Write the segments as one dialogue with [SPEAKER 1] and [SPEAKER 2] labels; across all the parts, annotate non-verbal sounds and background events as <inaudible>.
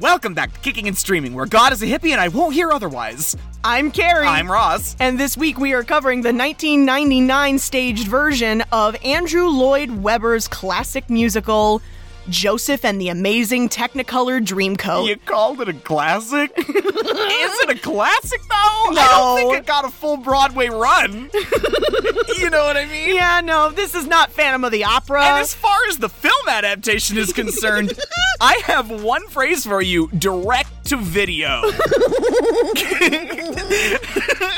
[SPEAKER 1] Welcome back to Kicking and Streaming, where God is a hippie and I won't hear otherwise.
[SPEAKER 2] I'm Carrie.
[SPEAKER 1] I'm Ross.
[SPEAKER 2] And this week we are covering the 1999 staged version of Andrew Lloyd Webber's classic musical, Joseph and the Amazing Technicolor Dreamcoat.
[SPEAKER 1] You called it a classic? <laughs> is it a classic, though? I don't think
[SPEAKER 2] No.
[SPEAKER 1] it got a full Broadway <laughs> run. you know what I mean?
[SPEAKER 2] yeah, no, this is not Phantom of the Opera.
[SPEAKER 1] And as far as the film adaptation is <laughs> concerned, I have one phrase for you direct to <laughs> video.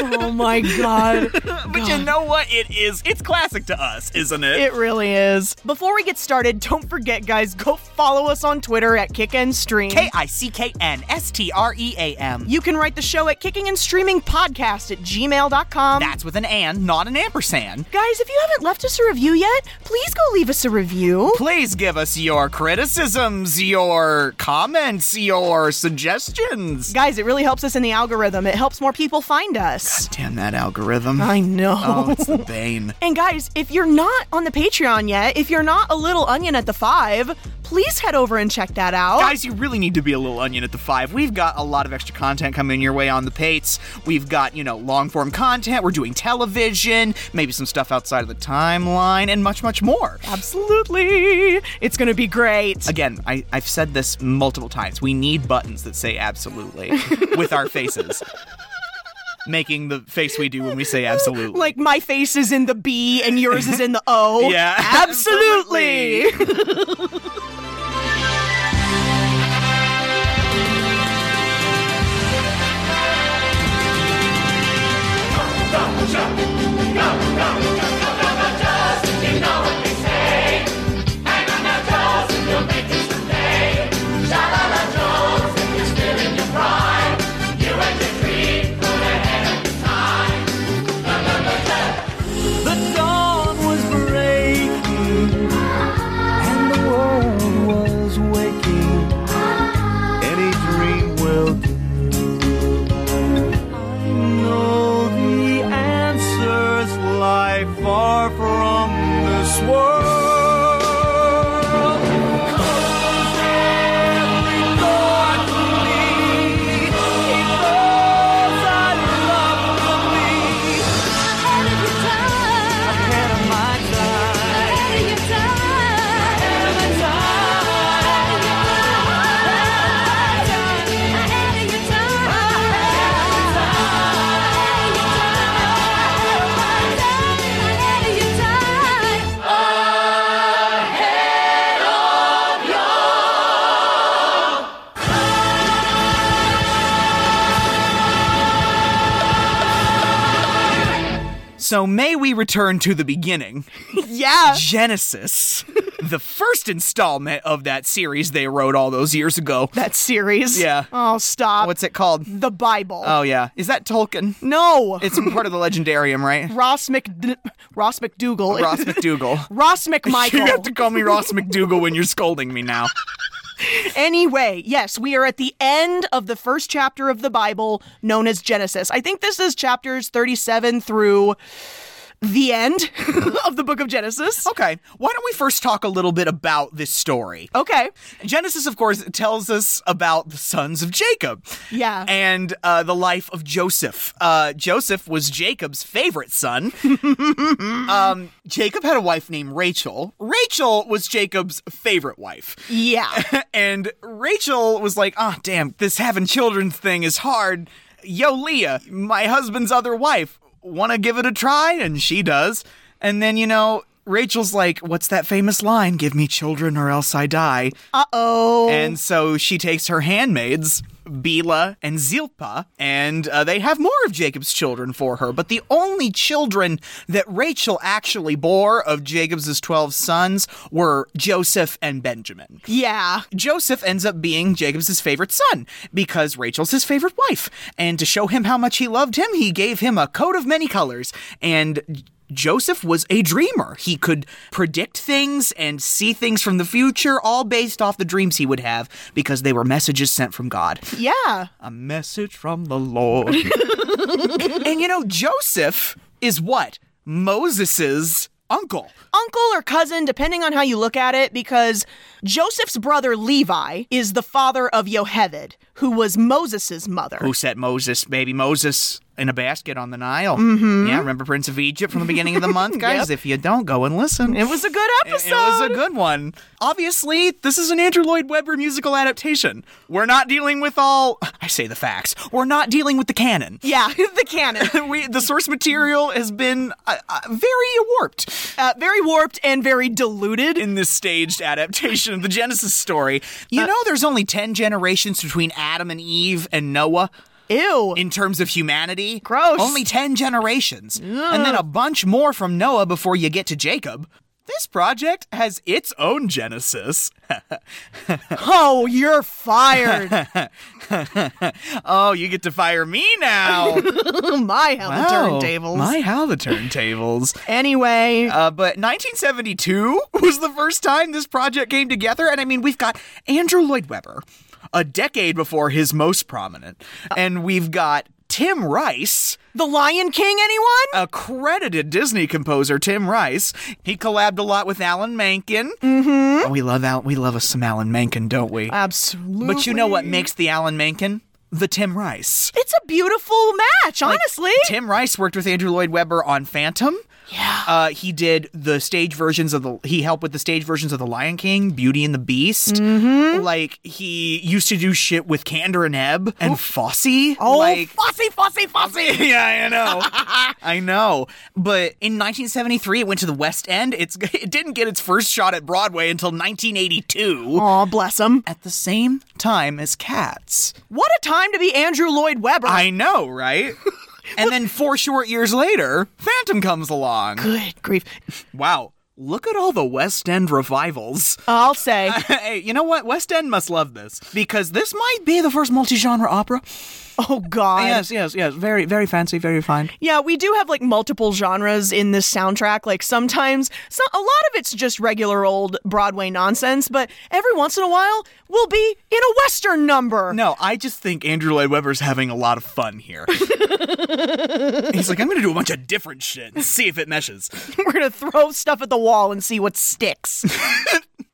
[SPEAKER 2] oh my god.
[SPEAKER 1] But you know what? It is. It's classic to us, isn't Oh, it?
[SPEAKER 2] <laughs> It really is. Before we get started, don't forget, guys, go follow us on Twitter at Kick and Stream.
[SPEAKER 1] K I C K N S T R E A M.
[SPEAKER 2] you can write the show at kicking and streaming podcast at gmail.com.
[SPEAKER 1] That's with an and, not an ampersand.
[SPEAKER 2] Guys, if you haven't left us a review yet, please go leave us a review.
[SPEAKER 1] Please give us your criticisms, your comments, your suggestions.
[SPEAKER 2] Guys, it really helps us in the algorithm. It helps more people find us.
[SPEAKER 1] Damn that algorithm.
[SPEAKER 2] I know.
[SPEAKER 1] Oh, it's the
[SPEAKER 2] <laughs>
[SPEAKER 1] bane.
[SPEAKER 2] And guys, if you're not on the Patreon yet, if you're not a little onion at the five, please head over and check that out.
[SPEAKER 1] Guys, you really need to be a little onion at the five. We've got a lot of extra content coming your way on the Pates. We've got, you know, long form content. We're doing television, maybe some stuff outside of the timeline, and much, much more.
[SPEAKER 2] Absolutely. It's going to be great.
[SPEAKER 1] Again, I, I've said this multiple times. We need buttons that say
[SPEAKER 3] <laughs>
[SPEAKER 1] absolutely with our faces. Making the face we do when we say absolutely.
[SPEAKER 2] Like my face is in the B and yours is in the O.
[SPEAKER 1] <laughs> Yeah,
[SPEAKER 2] Absolutely.
[SPEAKER 3] The dawn was breaking, and the world was waking. Any dream will do. I know the answers lie far from this world. Cause every thought to me, it those I love to me. Ahead of my time.
[SPEAKER 1] So may we return to the beginning.
[SPEAKER 2] <laughs> yeah.
[SPEAKER 1] Genesis, the first installment of that series they wrote all those years ago.
[SPEAKER 2] That series.
[SPEAKER 1] Yeah.
[SPEAKER 2] Oh, stop.
[SPEAKER 1] What's it called?
[SPEAKER 2] the Bible?
[SPEAKER 1] Oh yeah, is that Tolkien?
[SPEAKER 2] no.
[SPEAKER 1] It's part of the Legendarium, right?
[SPEAKER 2] Ross Mc Ross McDougal.
[SPEAKER 1] Ross McDougal.
[SPEAKER 2] <laughs> Ross
[SPEAKER 1] <laughs>
[SPEAKER 2] McMichael.
[SPEAKER 1] You have to call me Ross McDougal when you're scolding me now.
[SPEAKER 2] Anyway, yes, we are at the end of the first chapter of the Bible known as Genesis. I think this is chapters 37 through the end <laughs> of the book of Genesis.
[SPEAKER 1] Okay, why don't we first talk a little bit about this story?
[SPEAKER 2] Okay.
[SPEAKER 1] Genesis, of course, tells us about the sons of Jacob.
[SPEAKER 2] Yeah.
[SPEAKER 1] And uh, the life of Joseph. Uh, Joseph was Jacob's favorite son. um, Jacob had a wife named Rachel. Rachel was Jacob's favorite wife. <laughs>
[SPEAKER 2] Yeah.
[SPEAKER 1] and Rachel was like, oh, damn, this having children thing is hard. Yo, Leah, my husband's other wife, want to give it a try? And she does. And then, you know, Rachel's like, what's that famous line? Give me children or else I die.
[SPEAKER 2] Uh-oh.
[SPEAKER 1] And so she takes her handmaids, Bila and Zilpah, and uh, they have more of Jacob's children for her. But the only children that Rachel actually bore of Jacob's 12 sons were Joseph and Benjamin.
[SPEAKER 2] yeah.
[SPEAKER 1] Joseph ends up being Jacob's favorite son because Rachel's his favorite wife. And to show him how much he loved him, he gave him a coat of many colors. And J- Joseph was a dreamer. He could predict things and see things from the future, all based off the dreams he would have because they were messages sent from God.
[SPEAKER 2] Yeah.
[SPEAKER 1] A message from the <laughs> Lord. and you know, Joseph is what? Moses's uncle.
[SPEAKER 2] uncle or cousin, depending on how you look at it, because Joseph's brother Levi is the father of Yoheved, who was Moses' mother.
[SPEAKER 1] Who set Moses, baby Moses, in a basket on the Nile?
[SPEAKER 2] Mm-hmm.
[SPEAKER 1] Yeah, remember Prince of Egypt from the beginning of the
[SPEAKER 2] <laughs>
[SPEAKER 1] month, guys? If you don't, go and listen.
[SPEAKER 2] It was a good episode.
[SPEAKER 1] It was a good one. Obviously, this is an Andrew Lloyd Webber musical adaptation. We're not dealing with all, <sighs> I say the facts, we're not dealing with the canon. <laughs>
[SPEAKER 2] yeah, <laughs> the canon.
[SPEAKER 1] We, the source material has been uh, uh, very warped
[SPEAKER 2] Uh, very warped and very diluted.
[SPEAKER 1] in this staged adaptation of the Genesis story. You
[SPEAKER 2] Uh,
[SPEAKER 1] know, there's only 10 generations between Adam and Eve and Noah
[SPEAKER 2] Ew.
[SPEAKER 1] in terms of humanity.
[SPEAKER 2] Gross.
[SPEAKER 1] Only 10 generations. And then a bunch more from Noah before you get to Jacob. This project has its own Genesis.
[SPEAKER 2] oh, you're fired.
[SPEAKER 1] <laughs> Oh, you get to fire me
[SPEAKER 2] <laughs>
[SPEAKER 1] now.
[SPEAKER 2] my how the
[SPEAKER 1] Oh,
[SPEAKER 2] turntables.
[SPEAKER 1] My, how the turntables.
[SPEAKER 2] Anyway,
[SPEAKER 1] Uh, but 1972 was the first time this project came together. And I mean, we've got Andrew Lloyd Webber, a decade before his most prominent. And we've got Tim Rice,
[SPEAKER 2] The Lion King, anyone?
[SPEAKER 1] Uh, accredited Disney composer Tim Rice. He collabed a lot with Alan Menken. Mm-hmm. Oh, we love Al- we love us some Alan Menken, don't we?
[SPEAKER 2] Absolutely.
[SPEAKER 1] but you know what makes the Alan Menken? The Tim Rice.
[SPEAKER 2] It's a beautiful match, honestly.
[SPEAKER 1] Tim Rice worked with Andrew Lloyd Webber on Phantom. Yeah. Uh, he did the stage versions of the. He helped with the stage versions of The Lion King, Beauty and the Beast. Like he used to do shit with Candor and Ebb and Fosse.
[SPEAKER 2] oh,
[SPEAKER 1] like,
[SPEAKER 2] fussy, fussy,
[SPEAKER 1] <laughs>
[SPEAKER 2] fussy.
[SPEAKER 1] yeah, I know. I know. But in 1973, it went to the West End. It's <laughs> it didn't get its first shot at Broadway until 1982.
[SPEAKER 2] Aw, bless him.
[SPEAKER 1] At the same time as Cats.
[SPEAKER 2] What a time to be Andrew Lloyd Webber.
[SPEAKER 1] I know, right? and then four short years later, Phantom comes along.
[SPEAKER 2] Good grief.
[SPEAKER 1] Wow. Look at all the West End revivals. <laughs>
[SPEAKER 2] I'll say.
[SPEAKER 1] Hey, you know what? West End must love this because this might be the first multi genre opera.
[SPEAKER 2] Oh, God.
[SPEAKER 1] Yes, yes, yes. Very, very fancy, very fine.
[SPEAKER 2] Yeah, we do have like multiple genres in this soundtrack. Like sometimes, so, a lot of it's just regular old Broadway nonsense, but every once in a while, we'll be in a Western number.
[SPEAKER 1] No, I just think Andrew Lloyd Webber's having a lot of fun here. He's like, I'm going to do a bunch of different shit and see if it meshes.
[SPEAKER 2] <laughs> We're going to throw stuff at the wall and see
[SPEAKER 1] <laughs>
[SPEAKER 2] what sticks.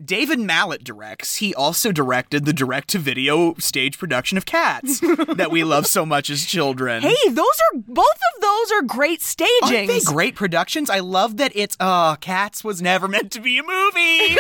[SPEAKER 1] David Mallet directs. He also directed the direct to video stage production of Cats that we love so much as children.
[SPEAKER 2] hey, those are both of those are great
[SPEAKER 1] Aren't they
[SPEAKER 2] stagings.
[SPEAKER 1] great productions? I love that it's, uh, Cats was never meant to be a movie.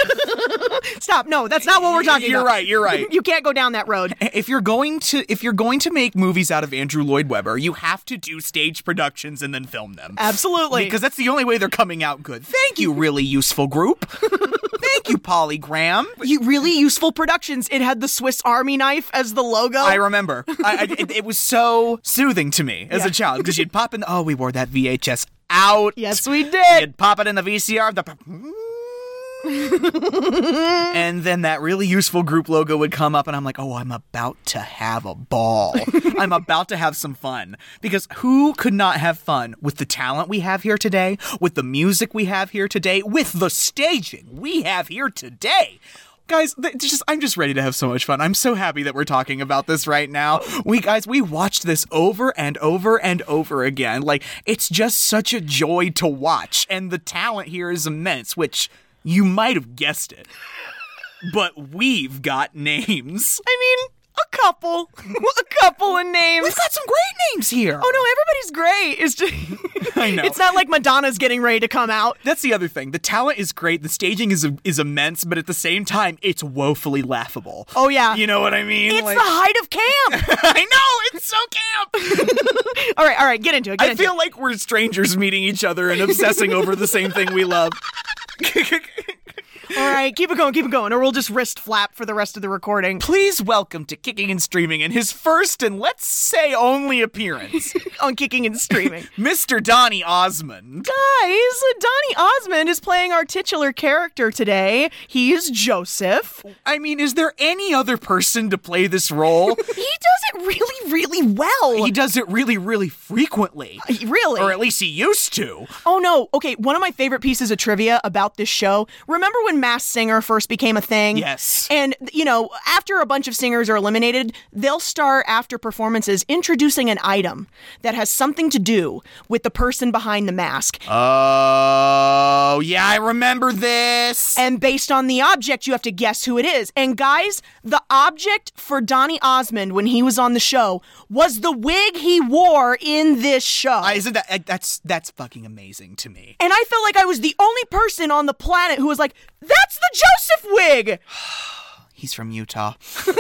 [SPEAKER 2] Stop. No, that's not what we're talking
[SPEAKER 1] You're
[SPEAKER 2] about.
[SPEAKER 1] right, you're right.
[SPEAKER 2] <laughs> you can't go down that road.
[SPEAKER 1] if you're going to if you're going to make movies out of Andrew Lloyd Webber, you have to do stage productions and then film them.
[SPEAKER 2] Absolutely.
[SPEAKER 1] Because that's the only way they're coming out good. Thank you, really useful
[SPEAKER 2] <laughs>
[SPEAKER 1] group. Thank you, Polygram.
[SPEAKER 2] you, really useful productions. It had the Swiss Army knife as the logo.
[SPEAKER 1] I remember. I, I, it, it was so soothing to me as
[SPEAKER 2] Yeah.
[SPEAKER 1] a child because you'd pop in. The, oh, we wore that VHS out.
[SPEAKER 2] yes, we did.
[SPEAKER 1] You'd pop it in the VCR. The <laughs> and then that really useful group logo would come up, and I'm like, oh, I'm about to have a ball. I'm about to have some fun. Because who could not have fun with the talent we have here today, with the music we have here today, with the staging we have here today? Guys, th- it's just I'm just ready to have so much fun. I'm so happy that we're talking about this right now. We guys, we watched this over and over and over again. Like it's just such a joy to watch, and the talent here is immense. Which you might have guessed it but we've got names.
[SPEAKER 2] I mean, a couple, <laughs> a couple of names.
[SPEAKER 1] We've got some great names here.
[SPEAKER 2] Oh no, everybody's great.
[SPEAKER 1] <laughs>
[SPEAKER 2] It's just
[SPEAKER 1] I know.
[SPEAKER 2] It's not like Madonna's getting ready to come out.
[SPEAKER 1] That's the other thing. The talent is great. The staging is is immense, but at the same time, it's woefully laughable.
[SPEAKER 2] Oh, yeah.
[SPEAKER 1] you know what I mean.
[SPEAKER 2] It's
[SPEAKER 1] Like-
[SPEAKER 2] the height of camp.
[SPEAKER 1] <laughs> I know it's so camp.
[SPEAKER 2] all right, all right, get into it. Get
[SPEAKER 1] I
[SPEAKER 2] into
[SPEAKER 1] feel like we're strangers meeting each other and obsessing over the same thing we love.
[SPEAKER 2] it. All right, keep it going, keep it going, or we'll just wrist flap for the rest of the recording.
[SPEAKER 1] Please welcome to Kicking and Streaming in his first and let's say only appearance, <laughs>
[SPEAKER 2] <laughs> On kicking and streaming.
[SPEAKER 1] Mr. Donnie Osmond.
[SPEAKER 2] <laughs> Guys, Donnie Osmond is playing our titular character today. He is Joseph.
[SPEAKER 1] I mean, is there any other person to play this role?
[SPEAKER 2] He does it really, really well.
[SPEAKER 1] he does it really, really frequently.
[SPEAKER 2] really?
[SPEAKER 1] Or at least he used to.
[SPEAKER 2] Oh no. Okay, one of my favorite pieces of trivia about this show. Remember when Masked Singer first became a thing.
[SPEAKER 1] Yes.
[SPEAKER 2] And, you know, after a bunch of singers are eliminated, they'll start after performances introducing an item that has something to do with the person behind the mask.
[SPEAKER 1] Oh, yeah, I remember this.
[SPEAKER 2] And based on the object, you have to guess who it is. And guys, the object for Donny Osmond when he was on the show was the wig he wore in this show.
[SPEAKER 1] Uh, Isn't that uh, that's that's fucking amazing to me?
[SPEAKER 2] and I felt like I was the only person on the planet who was like, that's the Joseph wig!
[SPEAKER 1] He's from Utah, <laughs>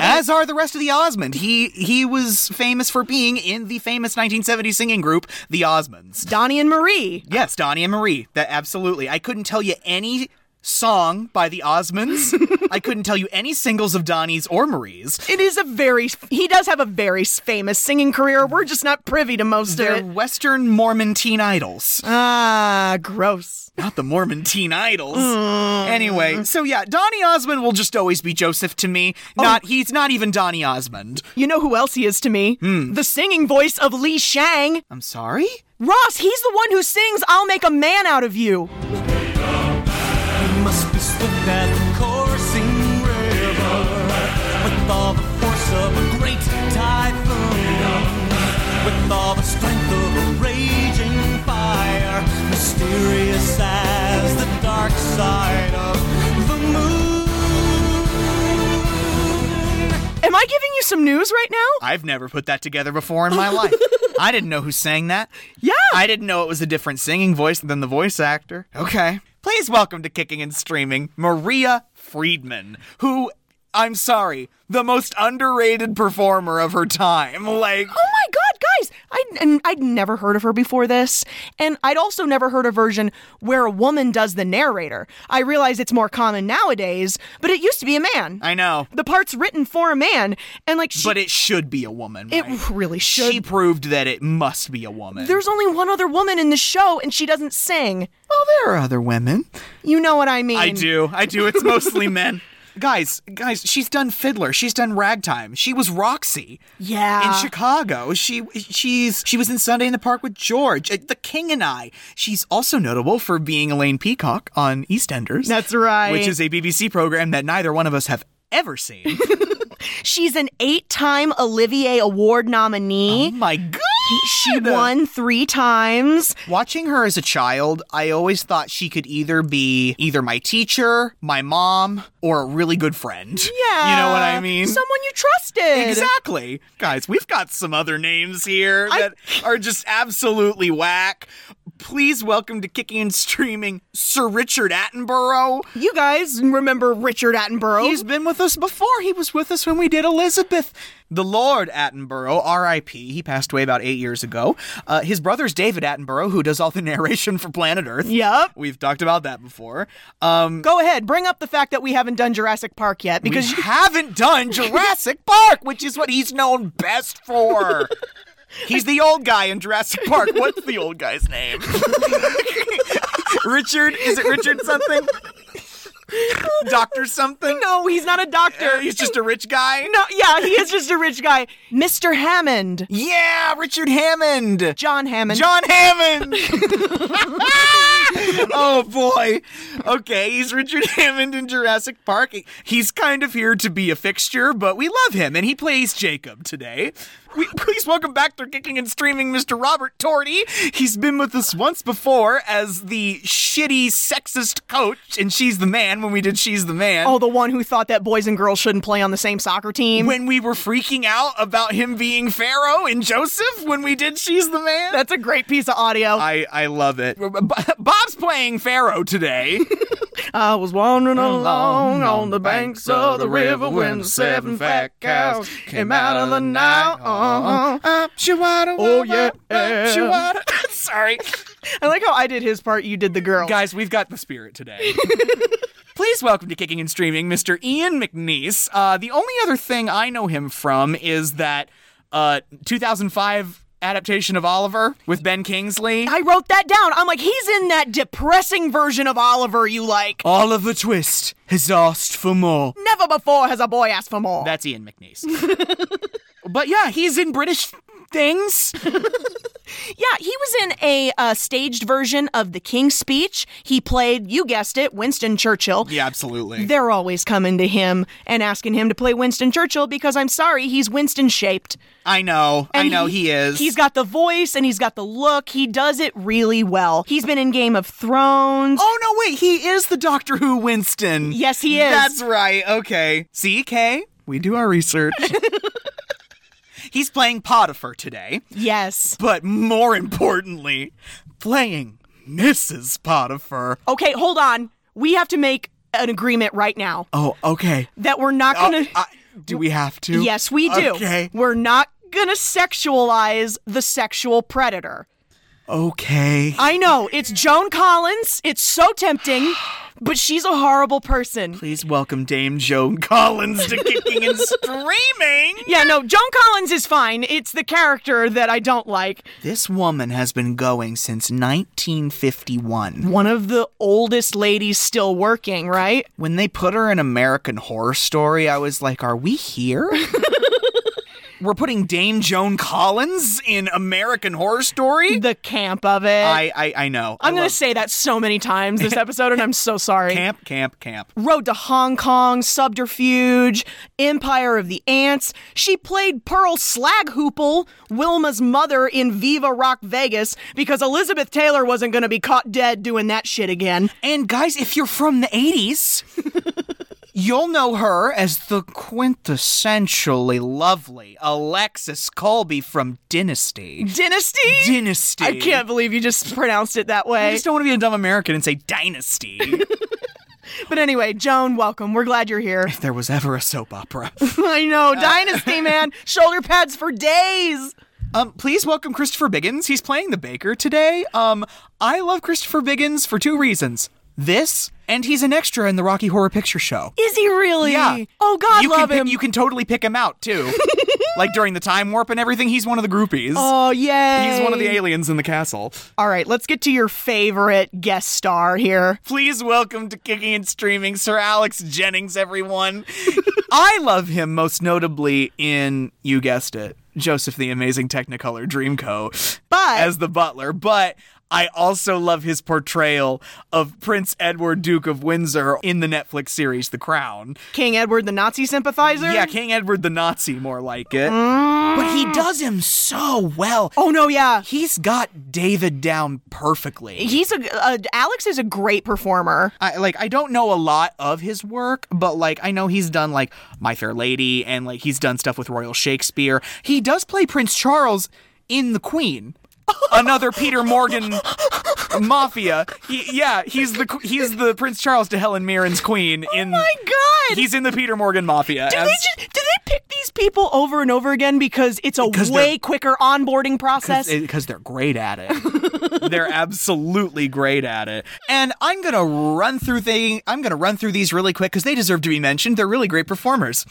[SPEAKER 1] as are the rest of the Osmond. He he was famous for being in the famous 1970s singing group, the Osmonds.
[SPEAKER 2] Donnie and Marie.
[SPEAKER 1] Yes, Donnie and Marie. That absolutely. I couldn't tell you any song by the <laughs> Osmonds. I couldn't tell you any singles of Donnie's or Marie's.
[SPEAKER 2] It is a very, he does have a very famous singing career. We're just not privy to most of
[SPEAKER 1] They're
[SPEAKER 2] it.
[SPEAKER 1] Western Mormon teen idols.
[SPEAKER 2] Ah, gross.
[SPEAKER 1] Not the Mormon teen idols.
[SPEAKER 3] Mm.
[SPEAKER 1] Anyway, so yeah, Donnie Osmond will just always be Joseph to me.
[SPEAKER 3] Oh.
[SPEAKER 1] Not he's not even Donnie Osmond.
[SPEAKER 2] You know who else he is to me? The singing voice of Lee Shang.
[SPEAKER 1] I'm sorry?
[SPEAKER 2] Ross, he's the one who sings, I'll make a man out of you.
[SPEAKER 3] must be swift as the coursing river with all the force of a great typhoon with all the strength of a raging fire mysterious as the dark side of the moon
[SPEAKER 2] Am I giving you some news right now?
[SPEAKER 1] I've never put that together before <laughs> in my life. I didn't know who sang that.
[SPEAKER 2] Yeah.
[SPEAKER 1] I didn't know it was a different singing voice than the voice actor. Okay. Please welcome to Kicking and Streaming Maria Friedman, who, I'm sorry, the most underrated performer of her time. Like,
[SPEAKER 2] Oh my god, guys! I and I'd never heard of her before this, and I'd also never heard a version where a woman does the narrator. I realize it's more common nowadays, but it used to be a man.
[SPEAKER 1] I know.
[SPEAKER 2] the part's written for a man, and like she,
[SPEAKER 1] But it should be a woman.
[SPEAKER 2] it
[SPEAKER 1] right?
[SPEAKER 2] really should.
[SPEAKER 1] She proved that it must be a woman.
[SPEAKER 2] There's only one other woman in the show, and she doesn't sing.
[SPEAKER 1] well, there are other women.
[SPEAKER 2] You know what I mean?
[SPEAKER 1] I do. I do. <laughs> It's mostly men. Guys, guys, she's done Fiddler. She's done Ragtime. She was Roxy.
[SPEAKER 2] Yeah.
[SPEAKER 1] in Chicago. She she's she was in Sunday in the Park with George, uh, The King and I. She's also notable for being Elaine Peacock on EastEnders.
[SPEAKER 2] That's right.
[SPEAKER 1] Which is a BBC program that neither one of us have ever
[SPEAKER 2] <laughs>
[SPEAKER 1] seen.
[SPEAKER 2] She's an eight-time Olivier Award nominee.
[SPEAKER 1] oh my god.
[SPEAKER 2] she won three times.
[SPEAKER 1] Watching her as a child, I always thought she could either be either my teacher, my mom, or a really good friend. You know what I
[SPEAKER 2] Yeah,
[SPEAKER 1] mean?
[SPEAKER 2] Someone you trusted.
[SPEAKER 1] Exactly. Guys, we've got some other names here
[SPEAKER 2] I-
[SPEAKER 1] that are just absolutely whack. Please welcome to Kicking and Streaming Sir Richard Attenborough.
[SPEAKER 2] You guys remember Richard Attenborough?
[SPEAKER 1] He's been with us before. He was with us when we did Elizabeth. The Lord Attenborough, R.I.P., he passed away about eight years ago. Uh, his brother's David Attenborough, who does all the <laughs> narration for Planet Earth.
[SPEAKER 2] Yep.
[SPEAKER 1] We've talked about that before. Um,
[SPEAKER 2] Go ahead, bring up the fact that we haven't done Jurassic Park yet
[SPEAKER 1] because
[SPEAKER 2] because
[SPEAKER 1] you haven't done Jurassic Park, which is what he's known best
[SPEAKER 2] <laughs>
[SPEAKER 1] for. He's the old guy in Jurassic Park. What's the old guy's name? <laughs> Richard? Is it Richard something? Doctor something?
[SPEAKER 2] no, he's not a
[SPEAKER 1] Uh,
[SPEAKER 2] doctor. <laughs>
[SPEAKER 1] He's just a rich guy?
[SPEAKER 2] no, yeah, he is just a rich guy. Mr. Hammond,
[SPEAKER 1] Yeah, Richard Hammond.
[SPEAKER 2] John Hammond.
[SPEAKER 1] John Hammond. <laughs> oh boy. Okay, he's Richard Hammond in Jurassic Park. He's kind of here to be a fixture, but we love him, and he plays Jacob today. We, please welcome back to kicking and streaming Mr. Robert Torty. He's been with us once before as the shitty sexist coach, and she's the man when we did She's the Man.
[SPEAKER 2] oh, the one who thought that boys and girls shouldn't play on the same soccer team.
[SPEAKER 1] When we were freaking out about him being Pharaoh and Joseph when we did She's the Man.
[SPEAKER 2] That's a great piece of audio. I,
[SPEAKER 1] I, I love it. <laughs> B- Bob's playing Pharaoh
[SPEAKER 2] <laughs>
[SPEAKER 1] today.
[SPEAKER 2] was wandering along on the banks of the river when seven fat cows came out of the night. Uh-huh.
[SPEAKER 1] Oh,
[SPEAKER 2] yeah.
[SPEAKER 1] <laughs>
[SPEAKER 2] <laughs>
[SPEAKER 1] Sorry.
[SPEAKER 2] I like how I did his part, you did the girl.
[SPEAKER 1] Guys, we've got the spirit today. <laughs> Please welcome to Kicking and Streaming Mr. Ian McNeice. Uh, the only other thing I know him from is that uh, 2005 adaptation of Oliver with Ben Kingsley.
[SPEAKER 2] I wrote that down. I'm like, he's in that depressing version of Oliver you like.
[SPEAKER 1] Oliver Twist has asked for more.
[SPEAKER 2] Never before has a boy asked for more.
[SPEAKER 1] That's Ian McNeice. but yeah, he's in British things.
[SPEAKER 2] Yeah, he was in a uh, staged version of The King's Speech. He played, you guessed it, Winston Churchill.
[SPEAKER 1] Yeah, absolutely.
[SPEAKER 2] They're always coming to him and asking him to play Winston Churchill because I'm sorry, he's Winston shaped.
[SPEAKER 1] I know. I know he, is.
[SPEAKER 2] He's got the voice and he's got the look. He does it really well. He's been in Game of Thrones.
[SPEAKER 1] Oh no, wait, he is the Doctor Who Winston.
[SPEAKER 2] Yes, he is.
[SPEAKER 1] That's right. Okay. CK, we do our
[SPEAKER 2] <laughs>
[SPEAKER 1] research. he's playing Potiphar today,
[SPEAKER 2] yes.
[SPEAKER 1] but more importantly, playing Mrs. Potiphar.
[SPEAKER 2] Okay, hold on. We have to make an agreement right now
[SPEAKER 1] Oh,
[SPEAKER 2] <laughs>
[SPEAKER 1] okay.
[SPEAKER 2] that we're not
[SPEAKER 1] Oh,
[SPEAKER 2] going to.
[SPEAKER 1] I- do we have to?
[SPEAKER 2] Yes, we do.
[SPEAKER 1] Okay.
[SPEAKER 2] We're not going to sexualize the sexual predator.
[SPEAKER 1] Okay.
[SPEAKER 2] I know, it's Joan Collins. It's so tempting, but she's a horrible person.
[SPEAKER 1] Please welcome Dame Joan Collins to kicking and screaming.
[SPEAKER 2] Yeah, no, Joan Collins is fine. It's the character that I don't like.
[SPEAKER 1] This woman has been going since 1951.
[SPEAKER 2] One of the oldest ladies still working, right?
[SPEAKER 1] When they put her in American Horror Story, I was like, are we here? We're putting Dame Joan Collins in American Horror Story?
[SPEAKER 2] The camp of it. I,
[SPEAKER 1] I, I, I know.
[SPEAKER 2] am
[SPEAKER 1] I
[SPEAKER 2] going
[SPEAKER 1] love
[SPEAKER 2] to say that so many times this episode, and I'm so sorry.
[SPEAKER 1] Camp, camp, camp.
[SPEAKER 2] Road to Hong Kong, Subterfuge, Empire of the Ants. She played Pearl Slaghoople, Wilma's mother in Viva Rock Vegas, because Elizabeth Taylor wasn't going to be caught dead doing that shit again.
[SPEAKER 1] And guys, if you're from the 80s, you'll know her as the quintessentially lovely Alexis Colby from Dynasty.
[SPEAKER 2] Dynasty?
[SPEAKER 1] Dynasty.
[SPEAKER 2] I can't believe you just pronounced it that
[SPEAKER 1] I
[SPEAKER 2] way.
[SPEAKER 1] just don't want to be a dumb American and say <laughs> dynasty.
[SPEAKER 2] But anyway, Joan, welcome. We're glad you're here. <laughs>
[SPEAKER 1] if there was ever a soap opera.
[SPEAKER 2] I
[SPEAKER 1] <laughs>
[SPEAKER 2] know, Dynasty, man. Shoulder pads for days.
[SPEAKER 1] Um, please welcome Christopher Biggins. He's playing the baker today. Um, I love Christopher Biggins for two reasons: this, and he's an extra in the Rocky Horror Picture Show.
[SPEAKER 2] Is he really?
[SPEAKER 1] Yeah.
[SPEAKER 2] Oh, God,
[SPEAKER 1] you
[SPEAKER 2] love
[SPEAKER 1] can pick-
[SPEAKER 2] him.
[SPEAKER 1] you can totally pick him out <laughs> too. like during the time warp and everything, he's one of the groupies.
[SPEAKER 2] oh, yay.
[SPEAKER 1] He's one of the aliens in the castle.
[SPEAKER 2] All right, let's get to your favorite guest star here.
[SPEAKER 1] Please welcome to Kicking and Streaming, Sir Alex Jennings, everyone. <laughs> I love him most notably in, you guessed it, Joseph the Amazing Technicolor Dreamcoat
[SPEAKER 2] But-
[SPEAKER 1] as the butler. But I also love his portrayal of Prince Edward, Duke of Windsor, in the Netflix series The Crown.
[SPEAKER 2] King Edward the Nazi sympathizer?
[SPEAKER 1] Yeah, King Edward the Nazi, more like it. But he does him so well.
[SPEAKER 2] Oh no, yeah.
[SPEAKER 1] He's got David down perfectly.
[SPEAKER 2] He's a uh, Alex is a great performer.
[SPEAKER 1] I like I don't know a lot of his work, but like I know he's done like My Fair Lady and like he's done stuff with Royal Shakespeare. He does play Prince Charles in The Queen. Another Peter Morgan mafia. He, yeah, he's the qu- he's the Prince Charles to Helen Mirren's Queen in
[SPEAKER 2] Oh my god.
[SPEAKER 1] He's in the Peter Morgan mafia.
[SPEAKER 2] do
[SPEAKER 1] as-
[SPEAKER 2] they just, do they pick these people over and over again because it's a
[SPEAKER 1] Because they're-
[SPEAKER 2] way quicker onboarding process?
[SPEAKER 1] because they're great at it. they're absolutely great at it. And I'm gonna run through thing. I'm gonna run through these really quick because they deserve to be mentioned. They're really great performers.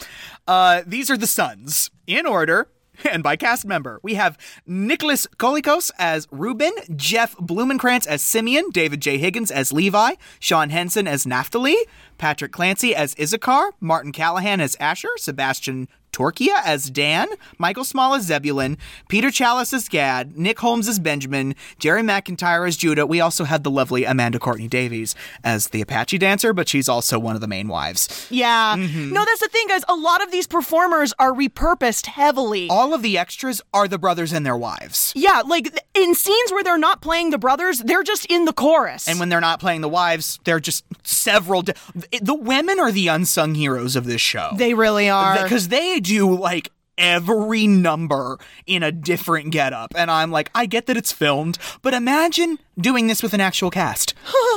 [SPEAKER 1] Uh, these are the sons in order. <laughs> And by cast member, we have Nicholas Kolikos as Reuben, Jeff Blumenkrantz as Simeon, David J. Higgins as Levi, Sean Henson as Naphtali, Patrick Clancy as Issachar, Martin Callahan as Asher, Sebastian Torquia as Dan, Michael Small as Zebulun, Peter Chalice as Gad, Nick Holmes as Benjamin, Jerry McIntyre as Judah. We also had the lovely Amanda Courtney Davies as the Apache dancer, but she's also one of the main wives.
[SPEAKER 2] yeah.
[SPEAKER 1] Mm-hmm.
[SPEAKER 2] No, that's the thing guys, a lot of these performers are repurposed heavily.
[SPEAKER 1] All of the extras are the brothers and their wives.
[SPEAKER 2] yeah, like th- in scenes where they're not playing the brothers, they're just in the chorus.
[SPEAKER 1] And when they're not playing the wives, they're just several. Di- the women are the unsung heroes of this show.
[SPEAKER 2] they really are.
[SPEAKER 1] because they do like every number in a different getup and i'm like i get that it's filmed but imagine doing this with an actual <laughs> cast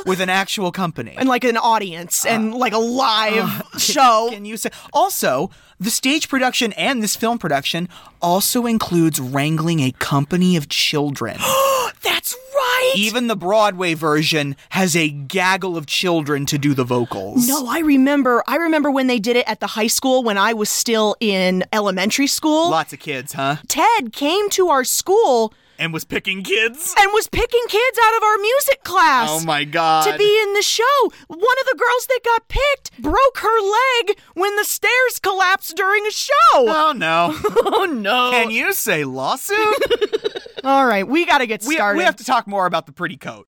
[SPEAKER 1] with an actual company
[SPEAKER 2] and like an audience and
[SPEAKER 1] Uh,
[SPEAKER 2] like a live show.
[SPEAKER 1] can you say also the stage production and this film production also includes wrangling a company of <gasps> children
[SPEAKER 2] that's right.
[SPEAKER 1] even the broadway version has a gaggle of children to do the vocals
[SPEAKER 2] No, I remember. I remember when they did it at the high school when I was still in elementary school.
[SPEAKER 1] lots of kids huh
[SPEAKER 2] Ted came to our school
[SPEAKER 1] and was picking kids.
[SPEAKER 2] and was picking kids out of our music class.
[SPEAKER 1] Oh my god.
[SPEAKER 2] To be in the show. One of the girls that got picked broke her leg when the stairs collapsed during a show.
[SPEAKER 1] Oh no.
[SPEAKER 2] Oh no.
[SPEAKER 1] Can you say lawsuit?
[SPEAKER 2] All right, we got to get
[SPEAKER 1] we,
[SPEAKER 2] started.
[SPEAKER 1] we have to talk more about the pretty coat.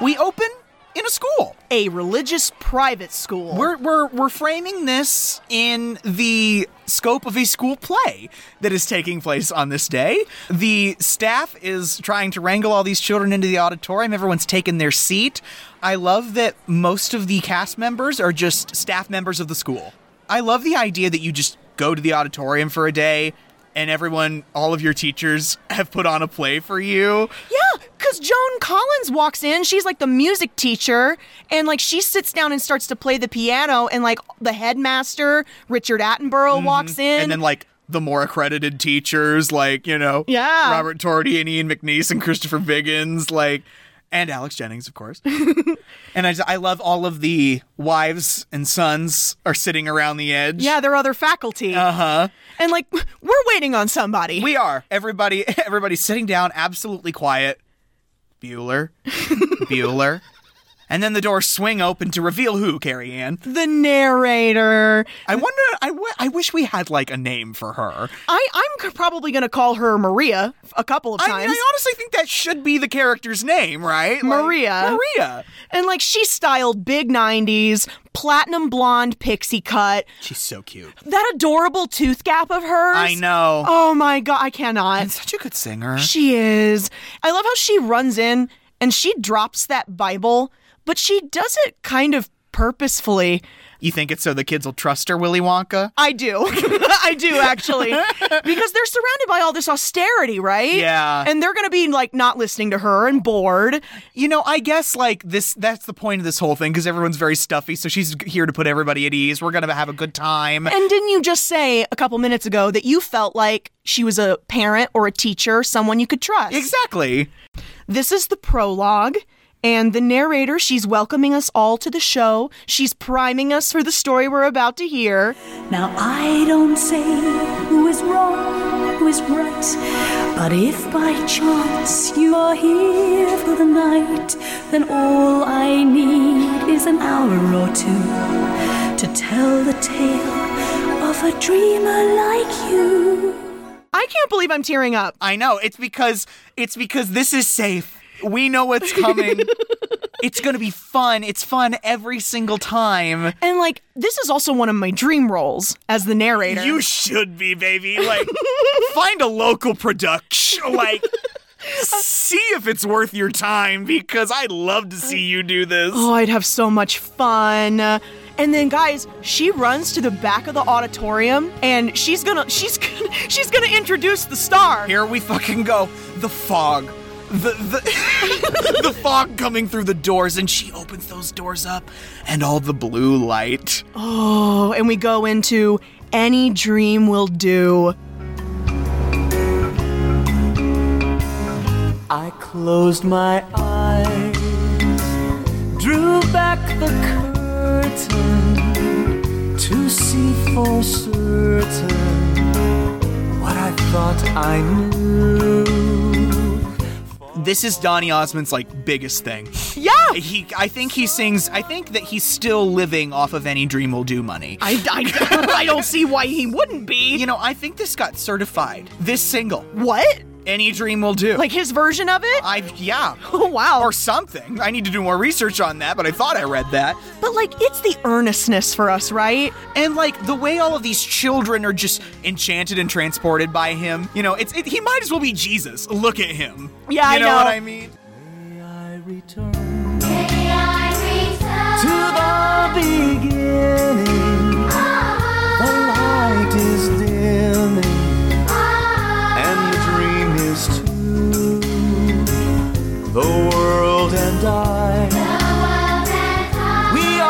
[SPEAKER 1] We open in a school.
[SPEAKER 2] a religious private school.
[SPEAKER 1] We're, we're, we're framing this in the scope of a school play that is taking place on this day. The staff is trying to wrangle all these children into the auditorium. Everyone's taken their seat. I love that most of the cast members are just staff members of the school. I love the idea that you just go to the auditorium for a day and everyone, all of your teachers, <laughs> have put on a play for you.
[SPEAKER 2] Yeah, because Joan Collins walks in. She's like the music teacher. And like she sits down and starts to play the piano. And like the headmaster, Richard Attenborough, walks in.
[SPEAKER 1] Mm-hmm. and then like the more accredited teachers, like you know,
[SPEAKER 2] Yeah.
[SPEAKER 1] Robert Torti and Ian McNeice and Christopher Biggins, like, and Alex Jennings, of
[SPEAKER 2] <laughs>
[SPEAKER 1] course. and I, just- I love all of the wives and sons are sitting around the edge. Uh-huh.
[SPEAKER 2] yeah, their other faculty. Uh huh. And like <laughs> we're waiting on somebody.
[SPEAKER 1] we are. Everybody, <laughs> everybody's sitting down, absolutely quiet.
[SPEAKER 2] <laughs>
[SPEAKER 1] Bueller, Bueller, and then the doors swing open to reveal who Carrie Ann.
[SPEAKER 2] the narrator.
[SPEAKER 1] I wonder. I, w- I wish we had like a name for her.
[SPEAKER 2] I, I'm c- probably going to call her Maria a couple of
[SPEAKER 1] I,
[SPEAKER 2] times.
[SPEAKER 1] mean, I honestly think that should be the character's name, right? Like,
[SPEAKER 2] Maria.
[SPEAKER 1] Maria.
[SPEAKER 2] and like she's styled big 90s, platinum blonde pixie cut,
[SPEAKER 1] She's so cute.
[SPEAKER 2] that adorable tooth gap of hers.
[SPEAKER 1] I know.
[SPEAKER 2] Oh my God, I cannot.
[SPEAKER 1] And such a good singer.
[SPEAKER 2] She is. I love how she runs in and she drops that Bible, but she does it kind of purposefully.
[SPEAKER 1] You think it's so the kids will trust her, Willy Wonka?
[SPEAKER 2] I do. <laughs> I do actually. because they're surrounded by all this austerity, right?
[SPEAKER 1] Yeah.
[SPEAKER 2] And they're going to be like not listening to her and bored.
[SPEAKER 1] You know, I guess like this that's the point of this whole thing because everyone's very stuffy, so she's here to put everybody at ease. We're going to have a good time.
[SPEAKER 2] And didn't you just say a couple minutes ago that you felt like she was a parent or a teacher, someone you could trust?
[SPEAKER 1] Exactly.
[SPEAKER 2] This is the prologue. And the narrator, she's welcoming us all to the show. She's priming us for the story we're about to hear.
[SPEAKER 4] Now I don't say who is wrong, who is right, but if by chance you are here for the night, then all I need is an hour or two to tell the tale of a dreamer like you.
[SPEAKER 2] I can't believe I'm tearing up.
[SPEAKER 1] I know. It's because it's because this is safe. We know what's
[SPEAKER 2] <laughs>
[SPEAKER 1] coming. it's going to be fun. It's fun every single time.
[SPEAKER 2] And like, this is also one of my dream roles as the narrator.
[SPEAKER 1] You should be, baby. Like, find a local production. Like, see if it's worth your time because I'd love to see you do this.
[SPEAKER 2] oh, I'd have so much fun. And then, guys, she runs to the back of the auditorium, and she's gonna, she's, <laughs> gonna, she's gonna introduce the star.
[SPEAKER 1] Here we fucking go. The fog. The, the, <laughs> the fog coming through the doors, and she opens those doors up, and all the blue light.
[SPEAKER 2] Oh, and we go into any dream will do.
[SPEAKER 3] I closed my eyes, drew back the curtain to see for certain what I thought I knew.
[SPEAKER 1] This is Donny Osmond's like biggest
[SPEAKER 3] <laughs>
[SPEAKER 1] thing.
[SPEAKER 2] Yeah,
[SPEAKER 1] He, I think he sings. I think that he's still living off of any dream will do money.
[SPEAKER 2] I, I, I don't see why he wouldn't be.
[SPEAKER 1] You know, I think this got certified. This single,
[SPEAKER 2] <laughs> What?
[SPEAKER 1] "Any Dream Will Do."
[SPEAKER 2] Like his version of it?
[SPEAKER 1] I've yeah,
[SPEAKER 2] oh wow.
[SPEAKER 1] or something. I need to do more research on that, but I thought I read that.
[SPEAKER 2] but like, it's the earnestness for us, right?
[SPEAKER 1] And like the way all of these children are just enchanted and transported by him. You know, it's it, he might as well be Jesus. Look at him.
[SPEAKER 2] Yeah,
[SPEAKER 1] you
[SPEAKER 2] I
[SPEAKER 1] know, what
[SPEAKER 2] know.
[SPEAKER 1] I mean.
[SPEAKER 3] May I return to the beginning. The light is dimming, and the dream is too. The world and I, we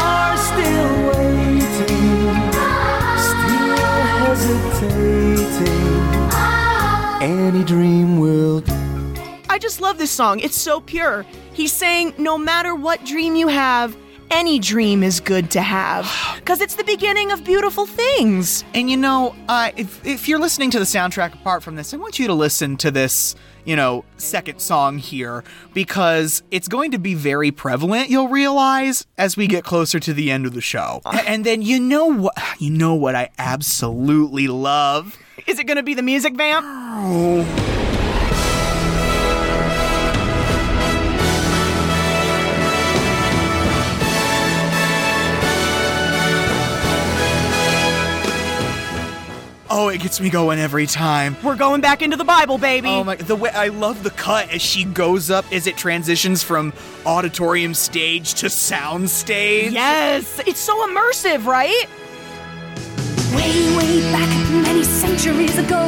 [SPEAKER 3] are still waiting, still hesitating. Any dream will do.
[SPEAKER 2] I just love this song. It's so pure. He's saying, no matter what dream you have, Any dream is good to
[SPEAKER 1] <sighs>
[SPEAKER 2] have because it's the beginning of beautiful things.
[SPEAKER 1] And you know, uh, if if you're listening to the soundtrack apart from this, I want you to listen to this, you know, second song here because it's going to be very prevalent. You'll realize as we get closer to the end of the show.
[SPEAKER 2] Ah.
[SPEAKER 1] A- And then you know what? You know what I absolutely love.
[SPEAKER 2] Is it going to be the music vamp?
[SPEAKER 1] Oh, it gets me going every time.
[SPEAKER 2] We're going back into the Bible, baby.
[SPEAKER 1] Oh my! The way I love the cut as she goes up as it transitions from auditorium stage to sound stage.
[SPEAKER 2] yes, it's so immersive, right?
[SPEAKER 4] Way, way back many centuries ago,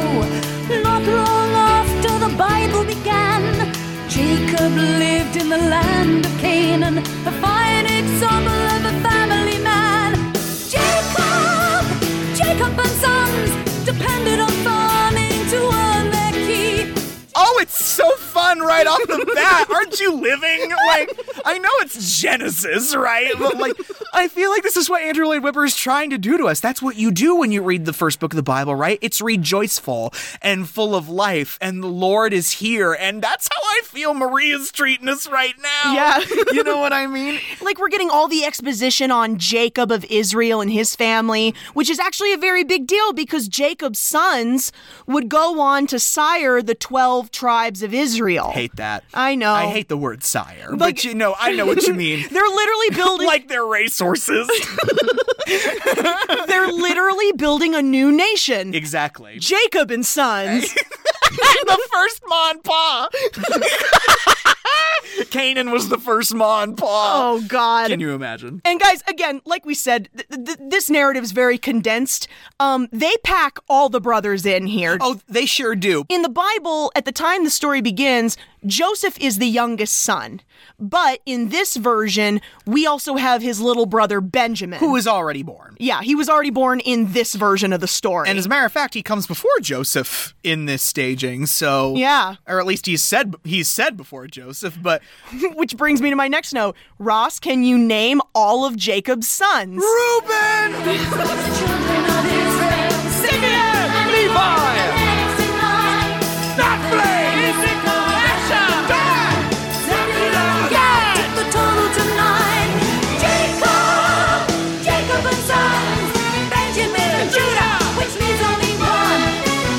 [SPEAKER 4] not long after the Bible began, Jacob lived in the land of Canaan, the fine example of a family man. Jacob, Jacob and sons depended on farming to earn their keep.
[SPEAKER 1] Oh, it's so fun right off
[SPEAKER 2] <laughs>
[SPEAKER 1] the bat. Aren't you living? Like, I know it's Genesis, right? But, like, I feel like this is what Andrew Lloyd Webber is trying to do to us. That's what you do when you read the first book of the Bible, right? It's rejoiceful and full of life, and the Lord is here. And that's how I feel Maria's treating us right now. <laughs>
[SPEAKER 2] Yeah.
[SPEAKER 1] you know what I mean?
[SPEAKER 2] Like we're getting all the exposition on Jacob of Israel and his family, which is actually a very big deal because Jacob's sons would go on to sire the 12 tribes of Israel.
[SPEAKER 1] Hate that.
[SPEAKER 2] I know.
[SPEAKER 1] I hate the word sire, but
[SPEAKER 2] Like-
[SPEAKER 1] you know, I know what you <laughs> mean.
[SPEAKER 2] They're literally building
[SPEAKER 1] like they're racehorses. <laughs>
[SPEAKER 2] they're literally building a new
[SPEAKER 1] <laughs>
[SPEAKER 2] nation.
[SPEAKER 1] exactly.
[SPEAKER 2] Jacob and Sons.
[SPEAKER 1] the first Mon <laughs> Pa. Canaan was the first Mon Pa.
[SPEAKER 2] <laughs> Oh god.
[SPEAKER 1] Can you imagine?
[SPEAKER 2] And guys, again, like we said, th- th- this narrative is very condensed. Um, they pack all the brothers in here.
[SPEAKER 1] Oh, they sure do.
[SPEAKER 2] In the Bible, at the time the story begins, Joseph is the youngest son. But in this version, we also have his little brother Benjamin.
[SPEAKER 1] Who was already born.
[SPEAKER 2] yeah, he was already born in this version of the story.
[SPEAKER 1] And as a matter of fact, he comes before Joseph in this staging, so
[SPEAKER 2] Yeah.
[SPEAKER 1] or at least he's said he's said before Joseph. But
[SPEAKER 2] <laughs> Which brings me to my next note. Ross, can you name all of Jacob's sons?
[SPEAKER 1] Reuben,
[SPEAKER 4] Children of Israel,
[SPEAKER 1] Simeon, Levi,
[SPEAKER 4] next in line. Yeah, take the total to nine. Jacob, Jacob and sons, Benjamin and Judah, which leaves only one.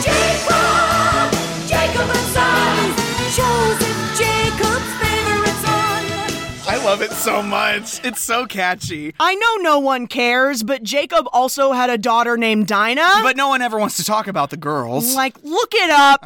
[SPEAKER 4] Jacob, Jacob and sons, Joseph, Jacob's favorite son.
[SPEAKER 1] I love it so much. It's so catchy.
[SPEAKER 2] I know no one cares, but Jacob also had a daughter named Dinah.
[SPEAKER 1] But no one ever wants to talk about the girls.
[SPEAKER 2] Like, look it up.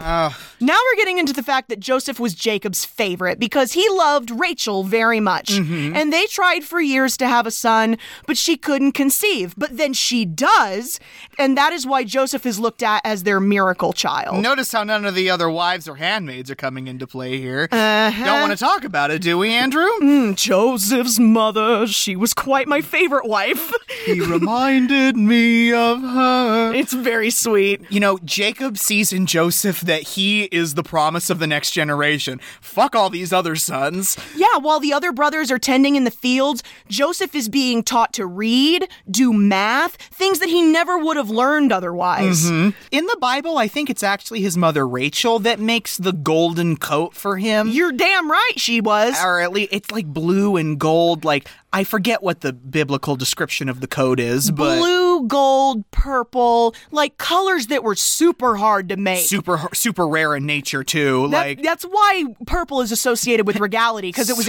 [SPEAKER 2] Now we're getting into the fact that Joseph was Jacob's favorite because he loved Rachel very much. And they tried for years to have a son, but she couldn't conceive. But then she does. And that is why Joseph is looked at as their miracle child.
[SPEAKER 1] Notice how none of the other wives or handmaids are coming into play here.
[SPEAKER 2] Uh-huh.
[SPEAKER 1] Don't want to talk about it, do we, Andrew?
[SPEAKER 2] Mm. Joseph's mother, she was quite my favorite wife. <laughs>
[SPEAKER 1] He reminded me of her.
[SPEAKER 2] it's very sweet.
[SPEAKER 1] You know, Jacob sees in Joseph that he is the promise of the next generation. Fuck all these other sons.
[SPEAKER 2] Yeah, while the other brothers are tending in the fields, Joseph is being taught to read, do math, things that he never would have learned otherwise.
[SPEAKER 1] In the Bible, I think it's actually his mother Rachel that makes the golden coat for him.
[SPEAKER 2] You're damn right she was.
[SPEAKER 1] or at least it's like blue and gold. Like, I forget what the biblical description of the coat is, but.
[SPEAKER 2] Blue, gold, purple, like colors that were super hard to make.
[SPEAKER 1] Super, super rare in nature too.
[SPEAKER 2] That-
[SPEAKER 1] like,
[SPEAKER 2] that's why purple is associated with regality because it was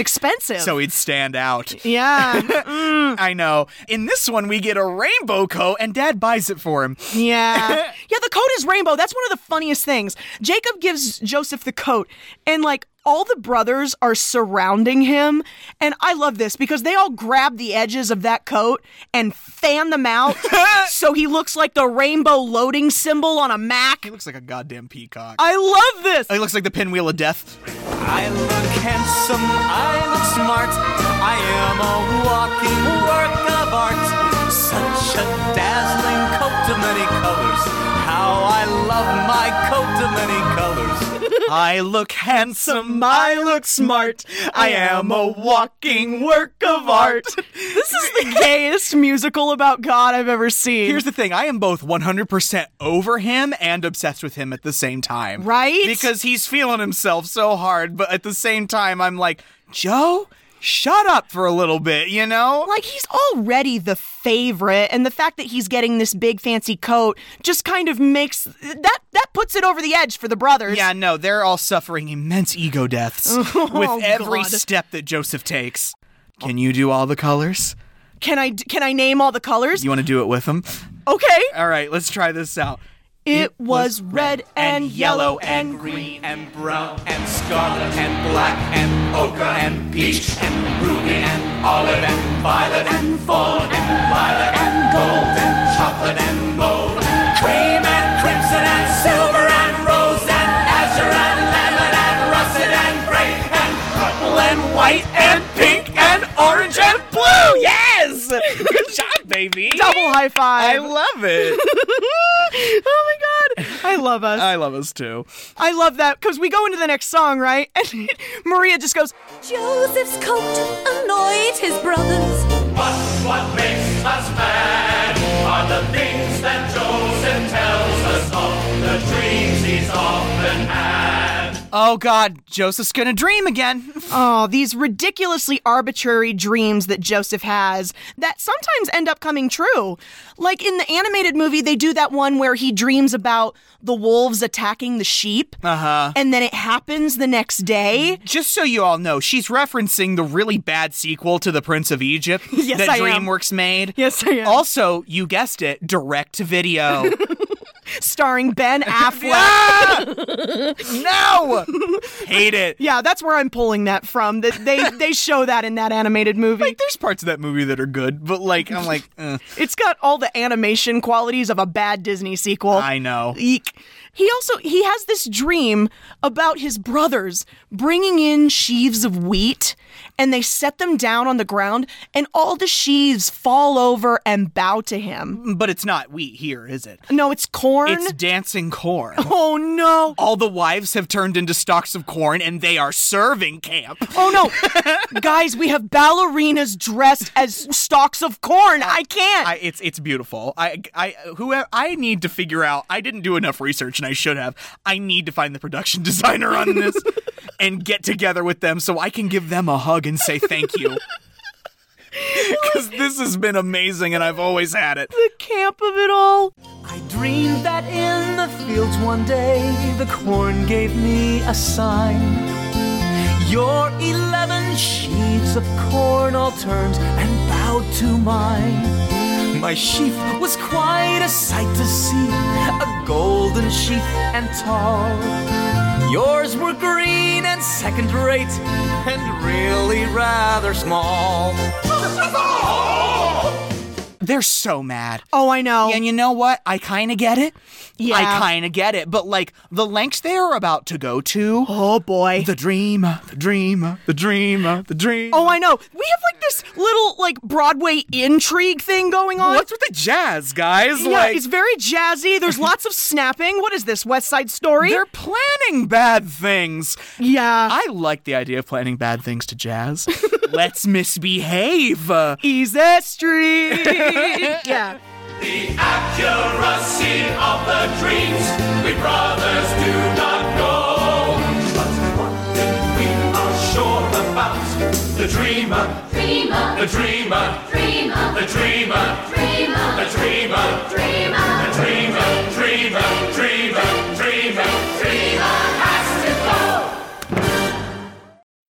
[SPEAKER 1] <laughs>
[SPEAKER 2] expensive.
[SPEAKER 1] so e- he'd stand
[SPEAKER 2] <laughs>
[SPEAKER 1] out. <laughs>
[SPEAKER 2] yeah,
[SPEAKER 1] I know. In this one, we get a rainbow coat, and Dad buys it for him.
[SPEAKER 2] yeah, <laughs> yeah. The coat is rainbow. That's one of the funniest things. Jacob gives Joseph the coat, and like all the brothers are surrounding him, and I love this because they all grab the edges of that coat and fan them
[SPEAKER 1] <laughs>
[SPEAKER 2] out, so he looks like the rainbow loading symbol on a Mac.
[SPEAKER 1] He looks like a goddamn peacock.
[SPEAKER 2] I love this.
[SPEAKER 1] he looks like the pinwheel of death.
[SPEAKER 3] I look handsome, I look smart. I am a walking work of art. Such a dazzling coat of many colors. How I love my coat of many colors.
[SPEAKER 1] <laughs> I look handsome, I look smart. I am a walking work of
[SPEAKER 2] <laughs>
[SPEAKER 1] art.
[SPEAKER 2] This is the gayest musical about God I've ever seen.
[SPEAKER 1] Here's the thing I am both 100% over him and obsessed with him at the same time.
[SPEAKER 2] Right?
[SPEAKER 1] Because he's feeling himself so hard, but at the same time, I'm like, Joe, shut up for a little bit, you know?
[SPEAKER 2] like he's already the favorite and the fact that he's getting this big fancy coat just kind of makes that that puts it over the edge for the brothers.
[SPEAKER 1] Yeah, no, they're all suffering immense ego
[SPEAKER 2] <laughs>
[SPEAKER 1] deaths with every
[SPEAKER 2] Oh, God.
[SPEAKER 1] step that Joseph takes. Can you do all the colors?
[SPEAKER 2] Can I can I name all the colors?
[SPEAKER 1] You want to do it with them?
[SPEAKER 2] okay.
[SPEAKER 1] All right, let's try this out.
[SPEAKER 2] Uh, It was red and yellow and green.
[SPEAKER 3] green and brown and scarlet and black and ochre and peach and ruby and olive and violet and fawn and lilac and gold and chocolate and gold and cream and crimson and silver and rose and azure and lemon and russet and gray and purple and white and pink and orange and blue. Yes! <laughs> Good job, baby.
[SPEAKER 2] Double high
[SPEAKER 1] I
[SPEAKER 2] five.
[SPEAKER 1] love it.
[SPEAKER 2] <laughs> oh my god. I love
[SPEAKER 1] <laughs>
[SPEAKER 2] us.
[SPEAKER 1] I love us too.
[SPEAKER 2] I love that cuz we go into the next song, right? <laughs> And Maria just goes,
[SPEAKER 4] Joseph's coat annoyed his brothers.
[SPEAKER 3] But what makes us mad are the things that Joseph tells us of, the dreams he's often had.
[SPEAKER 1] Oh God, Joseph's gonna dream again.
[SPEAKER 2] "Oh, these ridiculously arbitrary dreams that Joseph has that sometimes end up coming true." Like in the animated movie, they do that one where he dreams about the wolves attacking the sheep. Uh-huh. And then it happens the next day.
[SPEAKER 1] Just so you all know, she's referencing the really bad sequel to The Prince of Egypt
[SPEAKER 2] <laughs> Yes,
[SPEAKER 1] that
[SPEAKER 2] I am.
[SPEAKER 1] DreamWorks made.
[SPEAKER 2] Yes, I am.
[SPEAKER 1] Also, you guessed it, direct to
[SPEAKER 2] <laughs>
[SPEAKER 1] video. Ah!
[SPEAKER 2] starring Ben Affleck. <laughs>
[SPEAKER 1] no, hate it.
[SPEAKER 2] Yeah, that's where I'm pulling that from. That they they show that in that animated movie.
[SPEAKER 1] There's parts of that movie that are good, but like I'm like, eh,
[SPEAKER 2] it's got all the animation qualities of a bad Disney sequel.
[SPEAKER 1] I know.
[SPEAKER 2] Eek. He also he has this dream about his brothers bringing in sheaves of wheat and they set them down on the ground and all the sheaves fall over and bow to him.
[SPEAKER 1] But it's not wheat here, is it?
[SPEAKER 2] No, it's corn.
[SPEAKER 1] It's dancing corn.
[SPEAKER 2] oh no.
[SPEAKER 1] All the wives have turned into stalks of corn, and they are serving camp.
[SPEAKER 2] Oh no. Guys, we have ballerinas dressed as stalks of corn. I can't.
[SPEAKER 1] I, it's it's beautiful. I I who I need to figure out. I didn't do enough research, and I should have. I need to find the production <laughs> designer on this and get together with them so I can give them a hug and say thank you. <laughs> Because this has been amazing, and I've always had it.
[SPEAKER 2] the camp of it all.
[SPEAKER 3] I dreamed that in the fields one day the corn gave me a sign. Your eleven sheaves of corn all turned and bowed to mine. My sheaf was quite a sight to see, a golden sheaf and tall. Yours were green and second rate, and really rather small.
[SPEAKER 1] They're so mad.
[SPEAKER 2] Oh, I know.
[SPEAKER 1] And you know what? I kind of get it.
[SPEAKER 2] Yeah.
[SPEAKER 1] I kind of get it. But like the lengths they are about to go to.
[SPEAKER 2] oh boy.
[SPEAKER 1] The dreamer, the dreamer, the dreamer, the dreamer.
[SPEAKER 2] oh, I know. We have like this little like Broadway intrigue thing going on.
[SPEAKER 1] what's with the jazz, guys?
[SPEAKER 2] yeah,
[SPEAKER 1] like,
[SPEAKER 2] it's very jazzy.
[SPEAKER 1] <laughs>
[SPEAKER 2] There's lots of snapping. What is this West Side Story?
[SPEAKER 1] they're planning bad things.
[SPEAKER 2] yeah.
[SPEAKER 1] I like the idea of planning bad things to jazz. <laughs> Let's misbehave. Uh,
[SPEAKER 2] Ease
[SPEAKER 1] <laughs>
[SPEAKER 2] that street. yeah.
[SPEAKER 3] The accuracy of the dreams we brothers do not know. But one thing we are sure about the dreamer,
[SPEAKER 5] Dreamer,
[SPEAKER 3] the dreamer,
[SPEAKER 5] dreamer,
[SPEAKER 3] the dreamer,
[SPEAKER 5] dreamer,
[SPEAKER 3] the dreamer,
[SPEAKER 5] dreamer.
[SPEAKER 3] the dreamer, dreamer, dreamer, dreamer, dreamer has to go.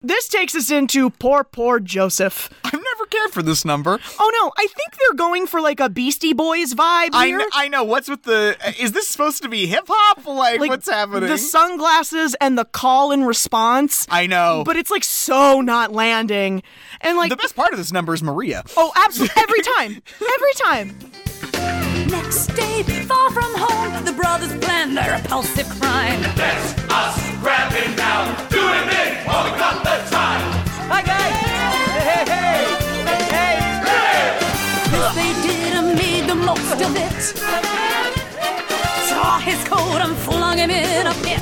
[SPEAKER 2] This takes us into poor, poor Joseph.
[SPEAKER 1] I've never cared for this number.
[SPEAKER 2] Oh no, I think they're going for like a Beastie Boys vibe
[SPEAKER 1] I,
[SPEAKER 2] here.
[SPEAKER 1] kn- I know. What's with the. Is this supposed to be hip hop? Like,
[SPEAKER 2] like
[SPEAKER 1] what's happening?
[SPEAKER 2] The sunglasses and the call and response.
[SPEAKER 1] I know.
[SPEAKER 2] but it's like so not landing. And like
[SPEAKER 1] the best part of this number is Maria.
[SPEAKER 2] Oh, absolutely. Every time. Every time.
[SPEAKER 4] Next day, far from home, the brothers plan their repulsive crime.
[SPEAKER 3] Let's us grab him now, do him in while we got the time.
[SPEAKER 6] Hi guys! Hey, hey, hey! Hey, hey!
[SPEAKER 4] This they did and made the most of it. Tore his coat and flung him in a pit.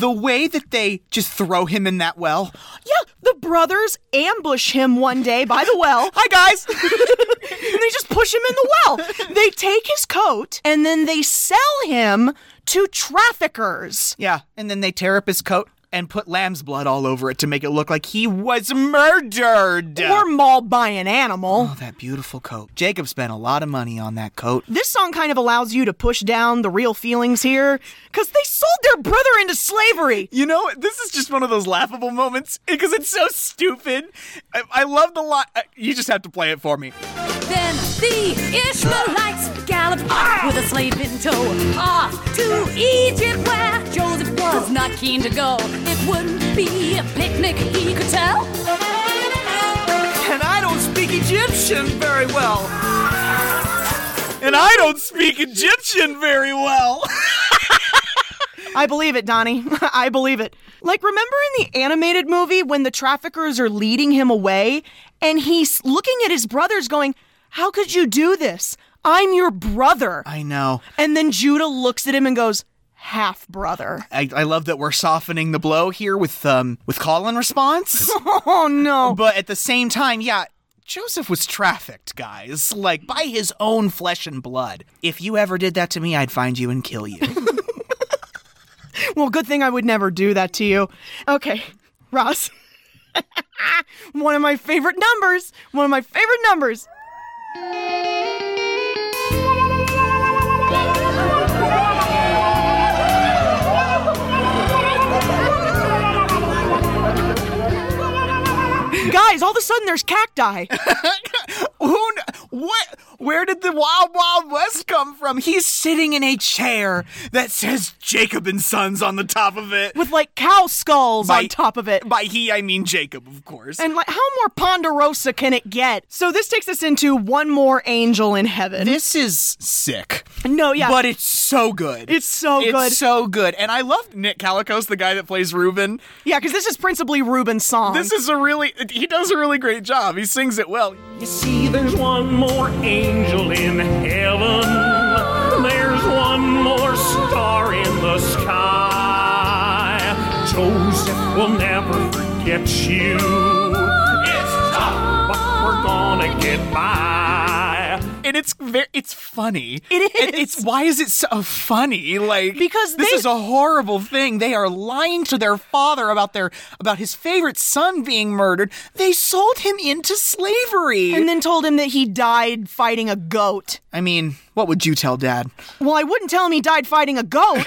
[SPEAKER 1] the way that they just throw him in that well.
[SPEAKER 2] Yeah, the brothers ambush him one day by the well.
[SPEAKER 1] Hi guys.
[SPEAKER 2] and <laughs> they just push him in the well. They take his coat and then they sell him to traffickers.
[SPEAKER 1] yeah, and then they tear up his coat and put lamb's blood all over it to make it look like he was murdered.
[SPEAKER 2] Or mauled by an animal.
[SPEAKER 1] Oh, that beautiful coat. Jacob spent a lot of money on that coat.
[SPEAKER 2] This song kind of allows you to push down the real feelings here because they sold their brother into slavery.
[SPEAKER 1] You know, this is just one of those laughable moments because it's so stupid. I, I love the lot. You just have to play it for me.
[SPEAKER 4] Then the Ishmaelites galloped off with a slave in tow, off to Egypt where Joseph was not keen to go. It wouldn't be a picnic, he could tell.
[SPEAKER 6] And I don't speak Egyptian very well.
[SPEAKER 1] And I don't speak Egyptian very well. <laughs>
[SPEAKER 2] I believe it, Donnie. <laughs> I believe it. Like, remember in the animated movie when the traffickers are leading him away and he's looking at his brothers going, How could you do this? I'm your brother.
[SPEAKER 1] I know.
[SPEAKER 2] And then Judah looks at him and goes, Half brother.
[SPEAKER 1] I, I love that we're softening the blow here with um with call and <laughs> response.
[SPEAKER 2] Oh no.
[SPEAKER 1] but at the same time, yeah, Joseph was trafficked, guys, like by his own flesh and blood. If you ever did that to me, I'd find you and kill you.
[SPEAKER 2] Well, good thing I would never do that to you. Okay, Ross. <laughs> one of my favorite numbers. One of my favorite numbers. Guys, all of a sudden there's cacti.
[SPEAKER 1] <laughs> Who? kn- What? Where did the Wild Wild West come from? He's sitting in a chair that says Jacob and Sons on the top of it.
[SPEAKER 2] with like cow skulls
[SPEAKER 1] By-
[SPEAKER 2] on top of it.
[SPEAKER 1] By he, I mean Jacob, of course.
[SPEAKER 2] And like, how more ponderosa can it get? So this takes us into one more angel in heaven.
[SPEAKER 1] this is sick,
[SPEAKER 2] no, yeah,
[SPEAKER 1] but it's so good.
[SPEAKER 2] It's so good.
[SPEAKER 1] It's so good. And I love Nick Calicos, the guy that plays Reuben.
[SPEAKER 2] yeah, because this is principally Ruben's song.
[SPEAKER 1] This is a really, he does a really great job. He sings it well.
[SPEAKER 7] You see, there's one more angel in heaven. There's one more star in the sky. Joseph will never forget you. It's tough, but we're gonna get by.
[SPEAKER 1] And it's very, it's funny.
[SPEAKER 2] It
[SPEAKER 1] And
[SPEAKER 2] is.
[SPEAKER 1] it's, why is it so funny? Like,
[SPEAKER 2] Because
[SPEAKER 1] this
[SPEAKER 2] they-
[SPEAKER 1] is a horrible thing. They are lying to their father about their, about his favorite son being murdered. They sold him into slavery.
[SPEAKER 2] and then told him that he died fighting a goat.
[SPEAKER 1] I mean, what would you tell dad? <laughs>
[SPEAKER 2] Well, I wouldn't tell him he died fighting a goat.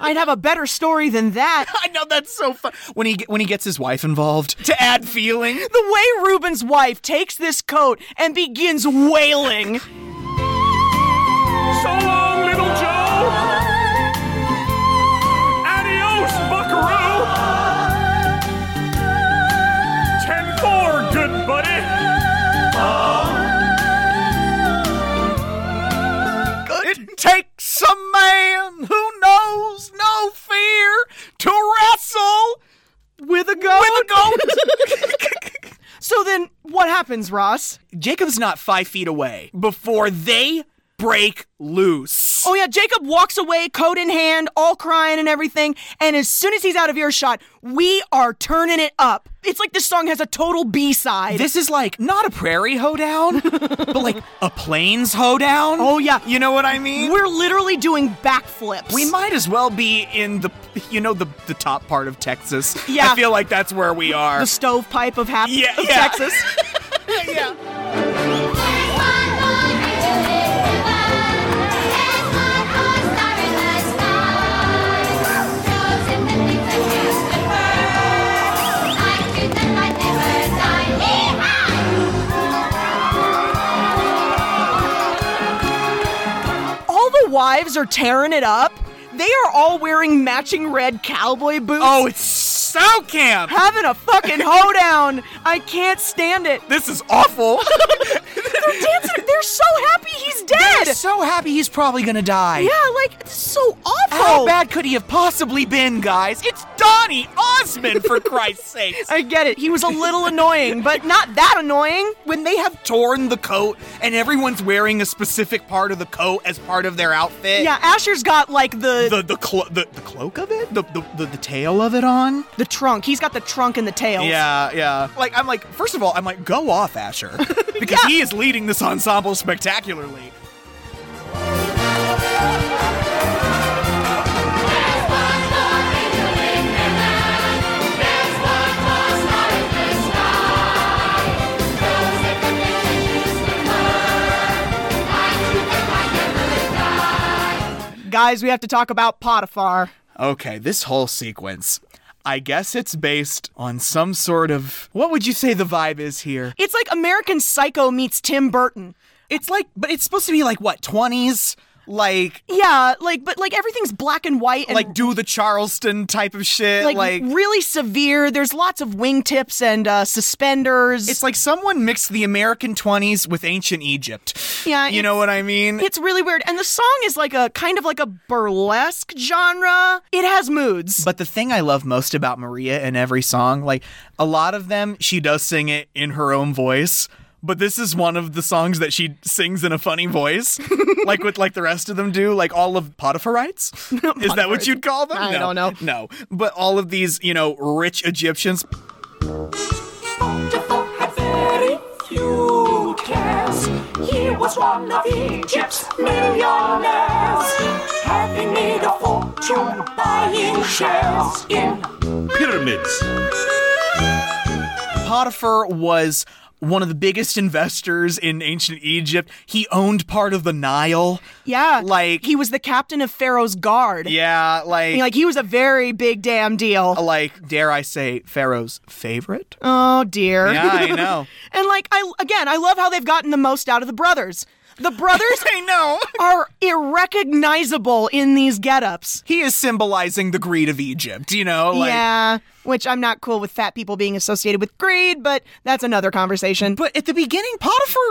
[SPEAKER 2] I'd have a better story than that.
[SPEAKER 1] I know that's so fun when he when he gets his wife involved to add feeling.
[SPEAKER 2] The way Ruben's wife takes this coat and begins wailing.
[SPEAKER 7] So long, little Joe. Adios, buckaroo. Ten four, good buddy.
[SPEAKER 1] It takes a man who knows no fear to wrestle with a goat. With a
[SPEAKER 2] <laughs>
[SPEAKER 1] goat. <laughs>
[SPEAKER 2] So then, what happens, Ross?
[SPEAKER 1] Jacob's not five feet away before they break loose.
[SPEAKER 2] Oh yeah, Jacob walks away, coat in hand, all crying and everything. And as soon as he's out of earshot, we are turning it up. It's like this song has a total B side.
[SPEAKER 1] This is like not a prairie hoedown, but like a plains hoedown.
[SPEAKER 2] Oh, yeah.
[SPEAKER 1] you know what I mean.
[SPEAKER 2] We're literally doing backflips.
[SPEAKER 1] We might as well be in the, you know, the the top part of Texas.
[SPEAKER 2] Yeah.
[SPEAKER 1] I feel like that's where we are.
[SPEAKER 2] the stovepipe of half
[SPEAKER 1] Yeah,
[SPEAKER 2] of
[SPEAKER 1] yeah.
[SPEAKER 2] Texas. <laughs> All the wives are tearing it up. They are all wearing matching red cowboy boots.
[SPEAKER 1] oh, it's so camp.
[SPEAKER 2] having a fucking hoedown. I can't stand it.
[SPEAKER 1] This is awful.
[SPEAKER 2] They're dancing. They're so happy he's
[SPEAKER 1] <laughs>
[SPEAKER 2] dead.
[SPEAKER 1] I'm so happy he's probably gonna die.
[SPEAKER 2] yeah, like it's so awful.
[SPEAKER 1] How bad could he have possibly been, guys? Oh. It's
[SPEAKER 8] Johnny Osmond, for Christ's sake.
[SPEAKER 1] <laughs>
[SPEAKER 2] I get it. He was a little annoying, but not that annoying.
[SPEAKER 1] When they have torn the coat and everyone's wearing a specific part of the coat as part of their outfit.
[SPEAKER 2] Yeah, Asher's got like the the,
[SPEAKER 1] The the, clo- the the cloak of it, the the, the the tail of it on.
[SPEAKER 2] trunk. He's got the trunk and the tail.
[SPEAKER 1] Yeah, yeah. Like I'm like, first of all, I'm like, go off,
[SPEAKER 2] <laughs>
[SPEAKER 1] Asher, because he is leading this ensemble spectacularly.
[SPEAKER 2] Guys, we have to talk about Potiphar.
[SPEAKER 1] Okay, this whole sequence. I guess it's based on some sort of what would you say the vibe is here?
[SPEAKER 2] It's like American Psycho meets Tim Burton.
[SPEAKER 1] It's like, but it's supposed to be like what twenties, like
[SPEAKER 2] Yeah, like but like everything's black and white and
[SPEAKER 1] like do the Charleston type of shit.
[SPEAKER 2] like,
[SPEAKER 1] Like,
[SPEAKER 2] really severe. There's lots of wingtips and uh, suspenders.
[SPEAKER 1] it's like someone mixed the American twenties with ancient Egypt.
[SPEAKER 2] Yeah,
[SPEAKER 1] you know
[SPEAKER 2] it's-
[SPEAKER 1] what I mean.
[SPEAKER 2] it's really weird. And the song is like a kind of like a burlesque genre. It has moods.
[SPEAKER 1] But the thing I love most about Maria in every song, like a lot of them, she does sing it in her own voice. But this is one of the songs that she sings in a funny
[SPEAKER 2] <laughs>
[SPEAKER 1] voice, like what like the rest of them do, like all of
[SPEAKER 2] <laughs>
[SPEAKER 1] Potipharites. is that what you'd call them?
[SPEAKER 2] I
[SPEAKER 1] no,
[SPEAKER 2] don't know.
[SPEAKER 1] No, but all of these, you know, rich Egyptians.
[SPEAKER 6] Very few cares. He was one of Egypt's millionaires, having made a fortune buying shares in pyramids.
[SPEAKER 1] Potiphar was one of the biggest investors in ancient Egypt. He owned part of the Nile.
[SPEAKER 2] yeah,
[SPEAKER 1] like-
[SPEAKER 2] he was the captain of Pharaoh's guard.
[SPEAKER 1] Yeah,
[SPEAKER 2] I mean, like he was a very big damn deal.
[SPEAKER 1] like dare I say, Pharaoh's
[SPEAKER 2] <laughs>
[SPEAKER 1] favorite. <laughs>
[SPEAKER 2] Oh dear.
[SPEAKER 1] Yeah, I know.
[SPEAKER 2] <laughs> and like I again, I love how they've gotten the most out of the brothers.
[SPEAKER 1] <laughs>
[SPEAKER 2] The brothers
[SPEAKER 1] I know.
[SPEAKER 2] are irrecognizable in these get-ups.
[SPEAKER 1] he is symbolizing the greed of Egypt, you know? Like,
[SPEAKER 2] yeah, which I'm not cool with fat people being associated with greed, but that's another conversation.
[SPEAKER 1] But at the beginning, Potiphar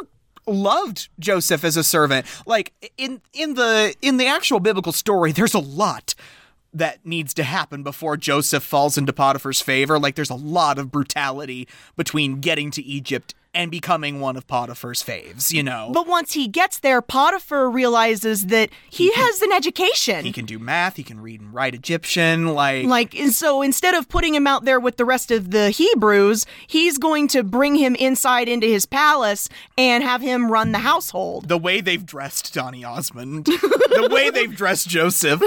[SPEAKER 1] loved Joseph as a servant. Like in in the in the actual biblical story, there's a lot that needs to happen before Joseph falls into Potiphar's favor. Like there's a lot of brutality between getting to Egypt and becoming one of Potiphar's faves, you know.
[SPEAKER 2] But once he gets there, Potiphar realizes that
[SPEAKER 1] <laughs>
[SPEAKER 2] he, has an education.
[SPEAKER 1] he can do math, he can read and write Egyptian, like
[SPEAKER 2] like, and so instead of putting him out there with the rest of the Hebrews, he's going to bring him inside into his palace and have him run the household
[SPEAKER 1] the way they've dressed Donny Osmond, the way they've dressed
[SPEAKER 2] <laughs>
[SPEAKER 1] Joseph.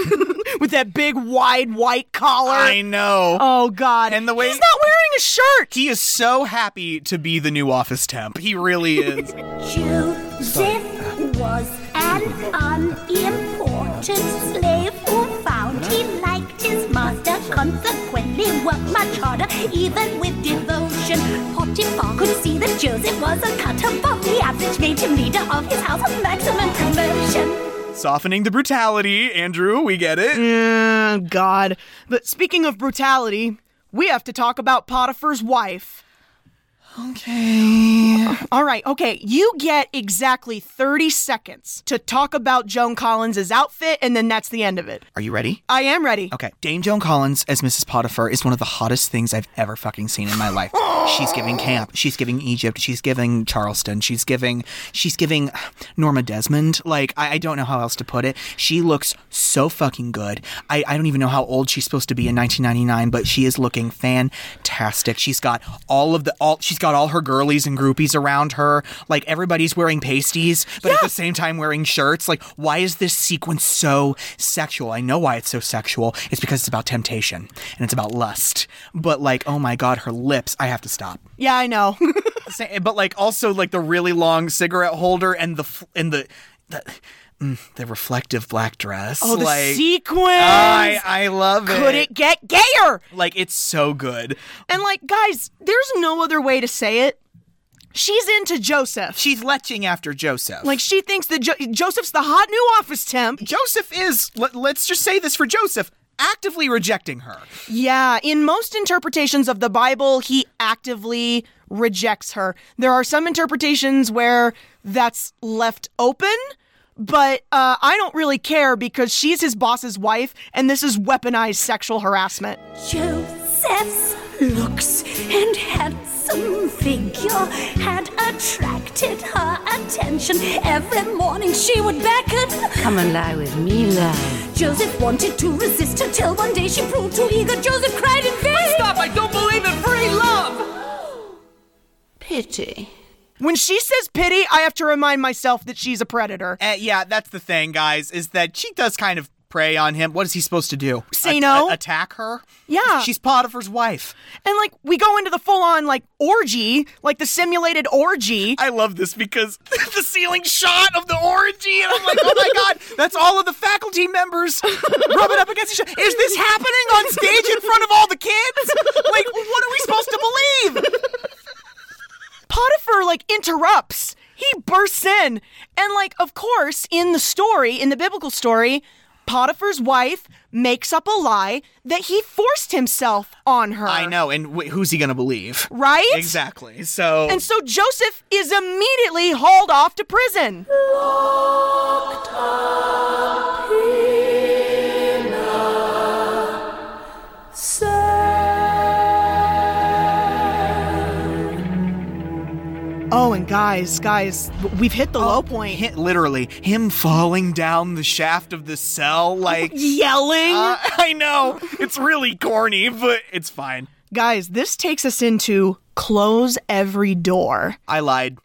[SPEAKER 2] with that big, wide, white collar.
[SPEAKER 1] I know.
[SPEAKER 2] oh, God.
[SPEAKER 1] And the way-
[SPEAKER 2] He's not wearing a shirt.
[SPEAKER 1] He is so happy to be the new office temp. He really is.
[SPEAKER 9] Joseph was an unimportant slave who found he liked his master, consequently worked much harder, even with devotion. Potiphar could see that Joseph was a cut above the average, made him leader of his house with maximum promotion.
[SPEAKER 1] Softening the brutality, Andrew, we get it.
[SPEAKER 2] Oh, God. But speaking of brutality, we have to talk about Potiphar's wife.
[SPEAKER 1] Okay.
[SPEAKER 2] All right, okay. You get exactly 30 seconds to talk about Joan Collins' outfit, and then that's the end of it.
[SPEAKER 1] Are you ready?
[SPEAKER 2] I am ready.
[SPEAKER 1] Okay. Dame Joan Collins as Mrs. Potiphar is one of the hottest things I've ever fucking seen in my life. she's giving camp. She's giving Egypt. She's giving Charleston. She's giving she's giving Norma Desmond. Like I, I don't know how else to put it. She looks so fucking good. I, I don't even know how old she's supposed to be in 1999, but she is looking fantastic. She's got all of the all she's got all her girlies and groupies around her. Like everybody's wearing pasties, but at the same time wearing shirts. Like why is this sequence so sexual? I know why it's so sexual. It's because it's about temptation and it's about lust. But like oh my god, her lips. I have to stop.
[SPEAKER 2] Yeah, I know. <laughs>
[SPEAKER 1] Sa- but like also like the really long cigarette holder and the f- and the the, mm, the reflective black dress.
[SPEAKER 2] oh, the
[SPEAKER 1] like
[SPEAKER 2] sequins.
[SPEAKER 1] I I love it.
[SPEAKER 2] Could it get gayer?
[SPEAKER 1] Like it's so good.
[SPEAKER 2] And, like, guys, there's no other way to say it. She's into Joseph.
[SPEAKER 1] She's leching after Joseph.
[SPEAKER 2] like, she thinks that jo- Joseph's the hot new office temp.
[SPEAKER 1] Joseph is, let, us just say this for Joseph, actively rejecting her.
[SPEAKER 2] Yeah, in most interpretations of the Bible, he actively rejects her. There are some interpretations where that's left open, but uh, I don't really care because she's his boss's wife, and this is weaponized sexual harassment.
[SPEAKER 4] Joseph's looks and handsome figure had attracted her attention. Every morning she would beckon.
[SPEAKER 10] Come and lie with me, love.
[SPEAKER 4] Joseph wanted to resist until one day she proved too eager. Joseph cried in vain.
[SPEAKER 11] Stop, I don't believe in free love!
[SPEAKER 10] Pity.
[SPEAKER 2] When she says pity, I have to remind myself that she's a predator.
[SPEAKER 1] Eh, yeah, that's the thing, guys, is that she does kind of prey on him. What is he supposed to do?
[SPEAKER 2] Say no?
[SPEAKER 1] attack her?
[SPEAKER 2] Yeah.
[SPEAKER 1] She's Potiphar's wife.
[SPEAKER 2] And like we go into the full on like orgy, like the simulated orgy.
[SPEAKER 1] I love this because <laughs> the ceiling shot of the orgy, and I'm like, oh my god, that's all of the faculty members rubbing up against each other. Is this happening on stage in front of all the kids? Like, what are we supposed to believe?
[SPEAKER 2] Potiphar like interrupts. He bursts in. And like of course, in the story, in the biblical story, Potiphar's wife makes up a lie that he forced himself on her.
[SPEAKER 1] I know, and wh- who's he gonna believe?
[SPEAKER 2] Right?
[SPEAKER 1] Exactly. So,
[SPEAKER 2] And so Joseph is immediately hauled off to prison. Oh, and guys, guys, we've hit the low point.
[SPEAKER 1] hi- literally, him falling down the shaft of the cell, like.
[SPEAKER 2] Yelling.
[SPEAKER 1] Uh, <laughs> I know it's really corny, but it's fine.
[SPEAKER 2] guys, this takes us into close every door.
[SPEAKER 1] I lied.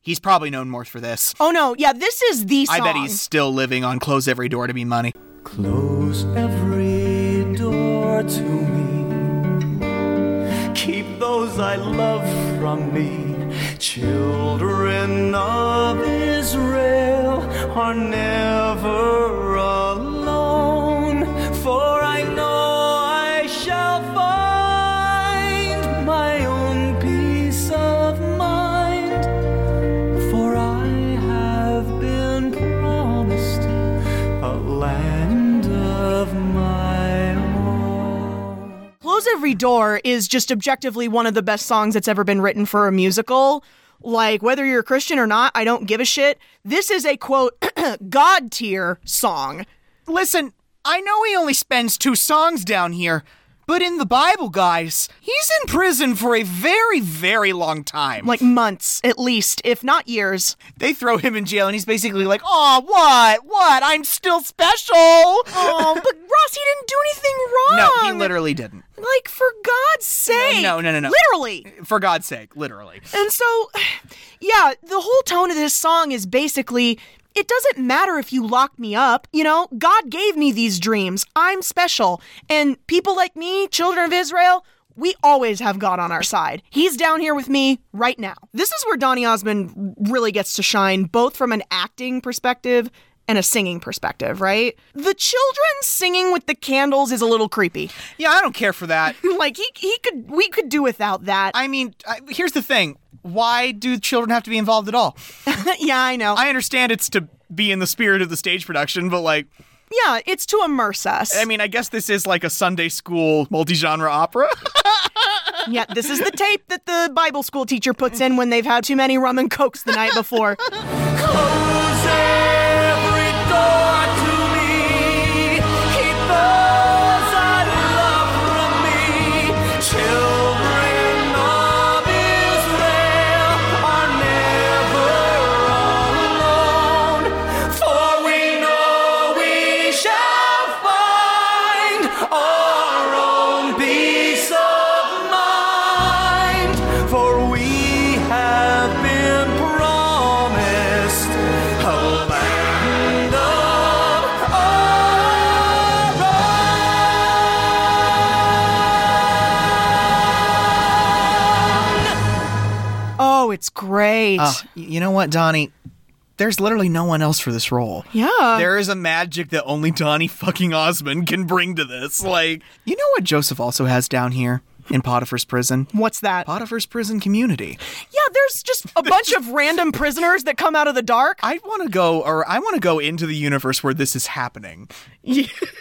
[SPEAKER 1] He's probably known more for this.
[SPEAKER 2] Oh no, yeah, this is the
[SPEAKER 1] I
[SPEAKER 2] song.
[SPEAKER 1] bet he's still living on "Close Every Door to Be Money."
[SPEAKER 7] Close every door to me. Keep those I love from me. Children of Israel are never alone. For I know I shall find my own peace of mind. For I have been promised a land of my own.
[SPEAKER 2] Close Every Door is just objectively one of the best songs that's ever been written for a musical. Like, whether you're a Christian or not, I don't give a shit. This is a quote, <clears throat> God tier song.
[SPEAKER 1] Listen, I know he only spends two songs down here, but in the Bible, guys, he's in prison for a very, very long time.
[SPEAKER 2] Like, months at least, if not years.
[SPEAKER 1] they throw him in jail, and he's basically like, "Oh, what, what? I'm still special." Ah. Oh,
[SPEAKER 2] Oh, but Ross, he didn't do anything wrong.
[SPEAKER 1] no, he literally didn't.
[SPEAKER 2] Like, for God's sake.
[SPEAKER 1] No, no, no, no.
[SPEAKER 2] Literally.
[SPEAKER 1] For God's sake, literally.
[SPEAKER 2] And so, yeah, the whole tone of this song is basically it doesn't matter if you lock me up. You know, God gave me these dreams. I'm special. And people like me, children of Israel, we always have God on our side. He's down here with me right now. This is where Donny Osmond really gets to shine, both from an acting perspective and a singing perspective, right? The children singing with the candles is a little creepy. <laughs>
[SPEAKER 1] Yeah, I don't care for that.
[SPEAKER 2] like he he could we could do without that.
[SPEAKER 1] I mean, I, here's the thing: why do children have to be involved at all?
[SPEAKER 2] yeah, I know.
[SPEAKER 1] I understand it's to be in the spirit of the stage production, but like,
[SPEAKER 2] yeah, it's to immerse us.
[SPEAKER 1] I mean, I guess this is like a Sunday school multi-genre opera. <laughs>
[SPEAKER 2] Yeah, this is the tape that the Bible school teacher puts in when they've had too many rum and cokes the night before.
[SPEAKER 7] Close every door to me. Keep those I love from me. Children of Israel are never alone. For we know we shall find our own peace of mind. For we have been promised a land of
[SPEAKER 2] Oh, it's great.
[SPEAKER 1] Uh. you know what, Donnie? There's literally no one else for this role.
[SPEAKER 2] yeah.
[SPEAKER 1] There is a magic that only Donnie fucking Osmond can bring to this. Like, you know what Joseph also has down here in Potiphar's prison?
[SPEAKER 2] What's that?
[SPEAKER 1] Potiphar's prison community.
[SPEAKER 2] Yeah, there's just a bunch of random prisoners that come out of the dark.
[SPEAKER 1] I want to go, or I want to go into the universe where this is happening,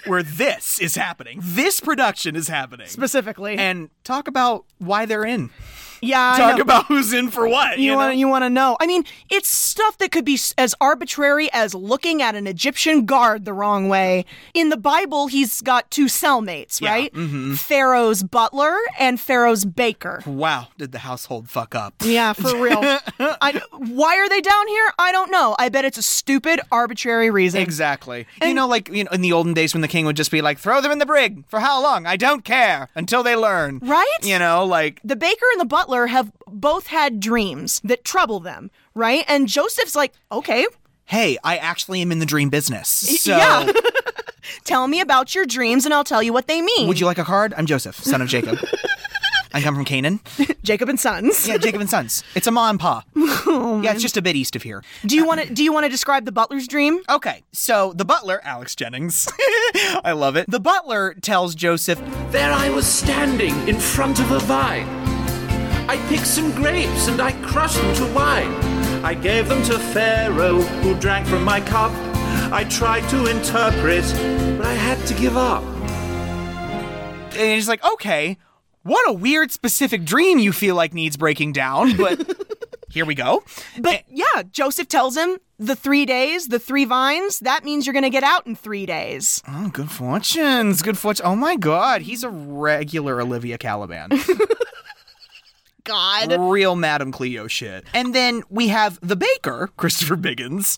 [SPEAKER 1] where this is happening. This production is happening,
[SPEAKER 2] Specifically.
[SPEAKER 1] and talk about why they're in.
[SPEAKER 2] Yeah, I
[SPEAKER 1] talk
[SPEAKER 2] know.
[SPEAKER 1] about who's in for what. You,
[SPEAKER 2] You want
[SPEAKER 1] know?
[SPEAKER 2] to you want to know? I mean, it's stuff that could be s- as arbitrary as looking at an Egyptian guard the wrong way. In the Bible, he's got two cellmates, right?
[SPEAKER 1] mhm.
[SPEAKER 2] Pharaoh's butler and Pharaoh's baker.
[SPEAKER 1] Wow, did the household fuck up?
[SPEAKER 2] Yeah, for real.
[SPEAKER 1] <laughs>
[SPEAKER 2] I, why are they down here? I don't know. I bet it's a stupid, arbitrary reason.
[SPEAKER 1] Exactly. you know, like you know, in the olden days when the king would just be like, "Throw them in the brig for how long? I don't care until they learn."
[SPEAKER 2] Right?
[SPEAKER 1] You know, like
[SPEAKER 2] The baker and the butler have both had dreams that trouble them, right? And Joseph's like, okay,
[SPEAKER 1] hey, I actually am in the dream business. So,
[SPEAKER 2] yeah. tell me about your dreams and I'll tell you what they mean.
[SPEAKER 1] would you like a card? I'm Joseph, son of
[SPEAKER 2] <laughs>
[SPEAKER 1] Jacob. I come from Canaan.
[SPEAKER 2] Jacob and Sons.
[SPEAKER 1] Yeah, Jacob and Sons. It's a ma and pa. yeah, it's just a bit east of here.
[SPEAKER 2] Do you want to do you want to describe the butler's dream?
[SPEAKER 1] Okay, so the butler, Alex Jennings, <laughs> I love it. The butler tells Joseph,
[SPEAKER 6] There I was standing in front of a vine. I picked some grapes and I crushed them to wine. I gave them to Pharaoh, who drank from my cup. I tried to interpret, but I had to give up.
[SPEAKER 1] and he's like, okay, what a weird specific dream you feel like needs breaking down, but <laughs> here we go. eh.
[SPEAKER 2] But yeah, Joseph tells him the 3 days, the 3 vines, that means you're going to get out in 3 days.
[SPEAKER 1] Oh, good fortunes, good fortune. Oh my God, he's a regular Olivia Caliban.
[SPEAKER 2] God.
[SPEAKER 1] Real Madame Cleo shit. And then we have the baker, <laughs> Christopher Biggins.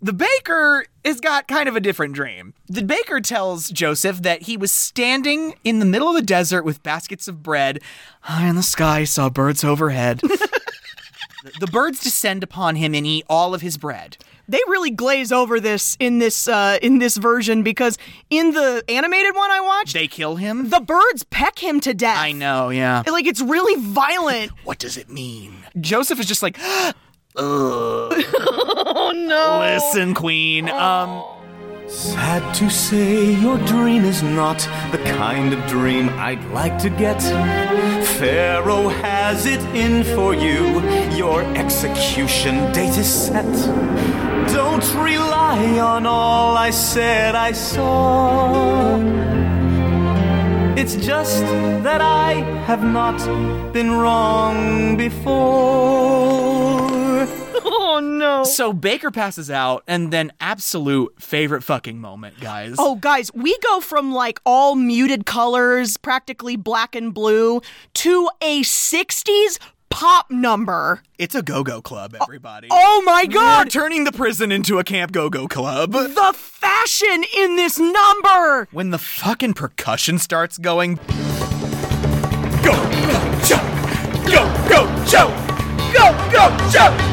[SPEAKER 1] The baker has got kind of a different dream. The baker tells Joseph that he was standing in the middle of the desert with baskets of bread. High in the sky, saw birds overhead. <laughs> the birds descend upon him and eat all of his bread.
[SPEAKER 2] They really glaze over this in this uh in this version because in the animated one I watched,
[SPEAKER 1] They kill him?
[SPEAKER 2] the birds peck him to death.
[SPEAKER 1] I know, yeah.
[SPEAKER 2] Like it's really
[SPEAKER 1] <laughs>
[SPEAKER 2] violent.
[SPEAKER 1] What does it mean? Joseph is just like, <gasps>
[SPEAKER 2] <laughs> oh no. Oh,
[SPEAKER 1] listen, queen. Um,
[SPEAKER 3] Sad to say, your dream is not the kind of dream I'd like to get. Pharaoh has it in for you, your execution date is set. Don't rely on all I said I saw. It's just that I have not been wrong before.
[SPEAKER 2] <laughs> Oh no.
[SPEAKER 1] So Baker passes out, and then absolute favorite fucking moment, guys.
[SPEAKER 2] Oh, guys, we go from like all muted colors, practically black and blue, to a 60s pop number.
[SPEAKER 1] it's a go-go club, everybody.
[SPEAKER 2] Oh my God!
[SPEAKER 1] We're turning the prison into a camp go-go club.
[SPEAKER 2] The fashion in this number!
[SPEAKER 1] When the fucking percussion starts going, go go Joe, go go Joe, go go Joe.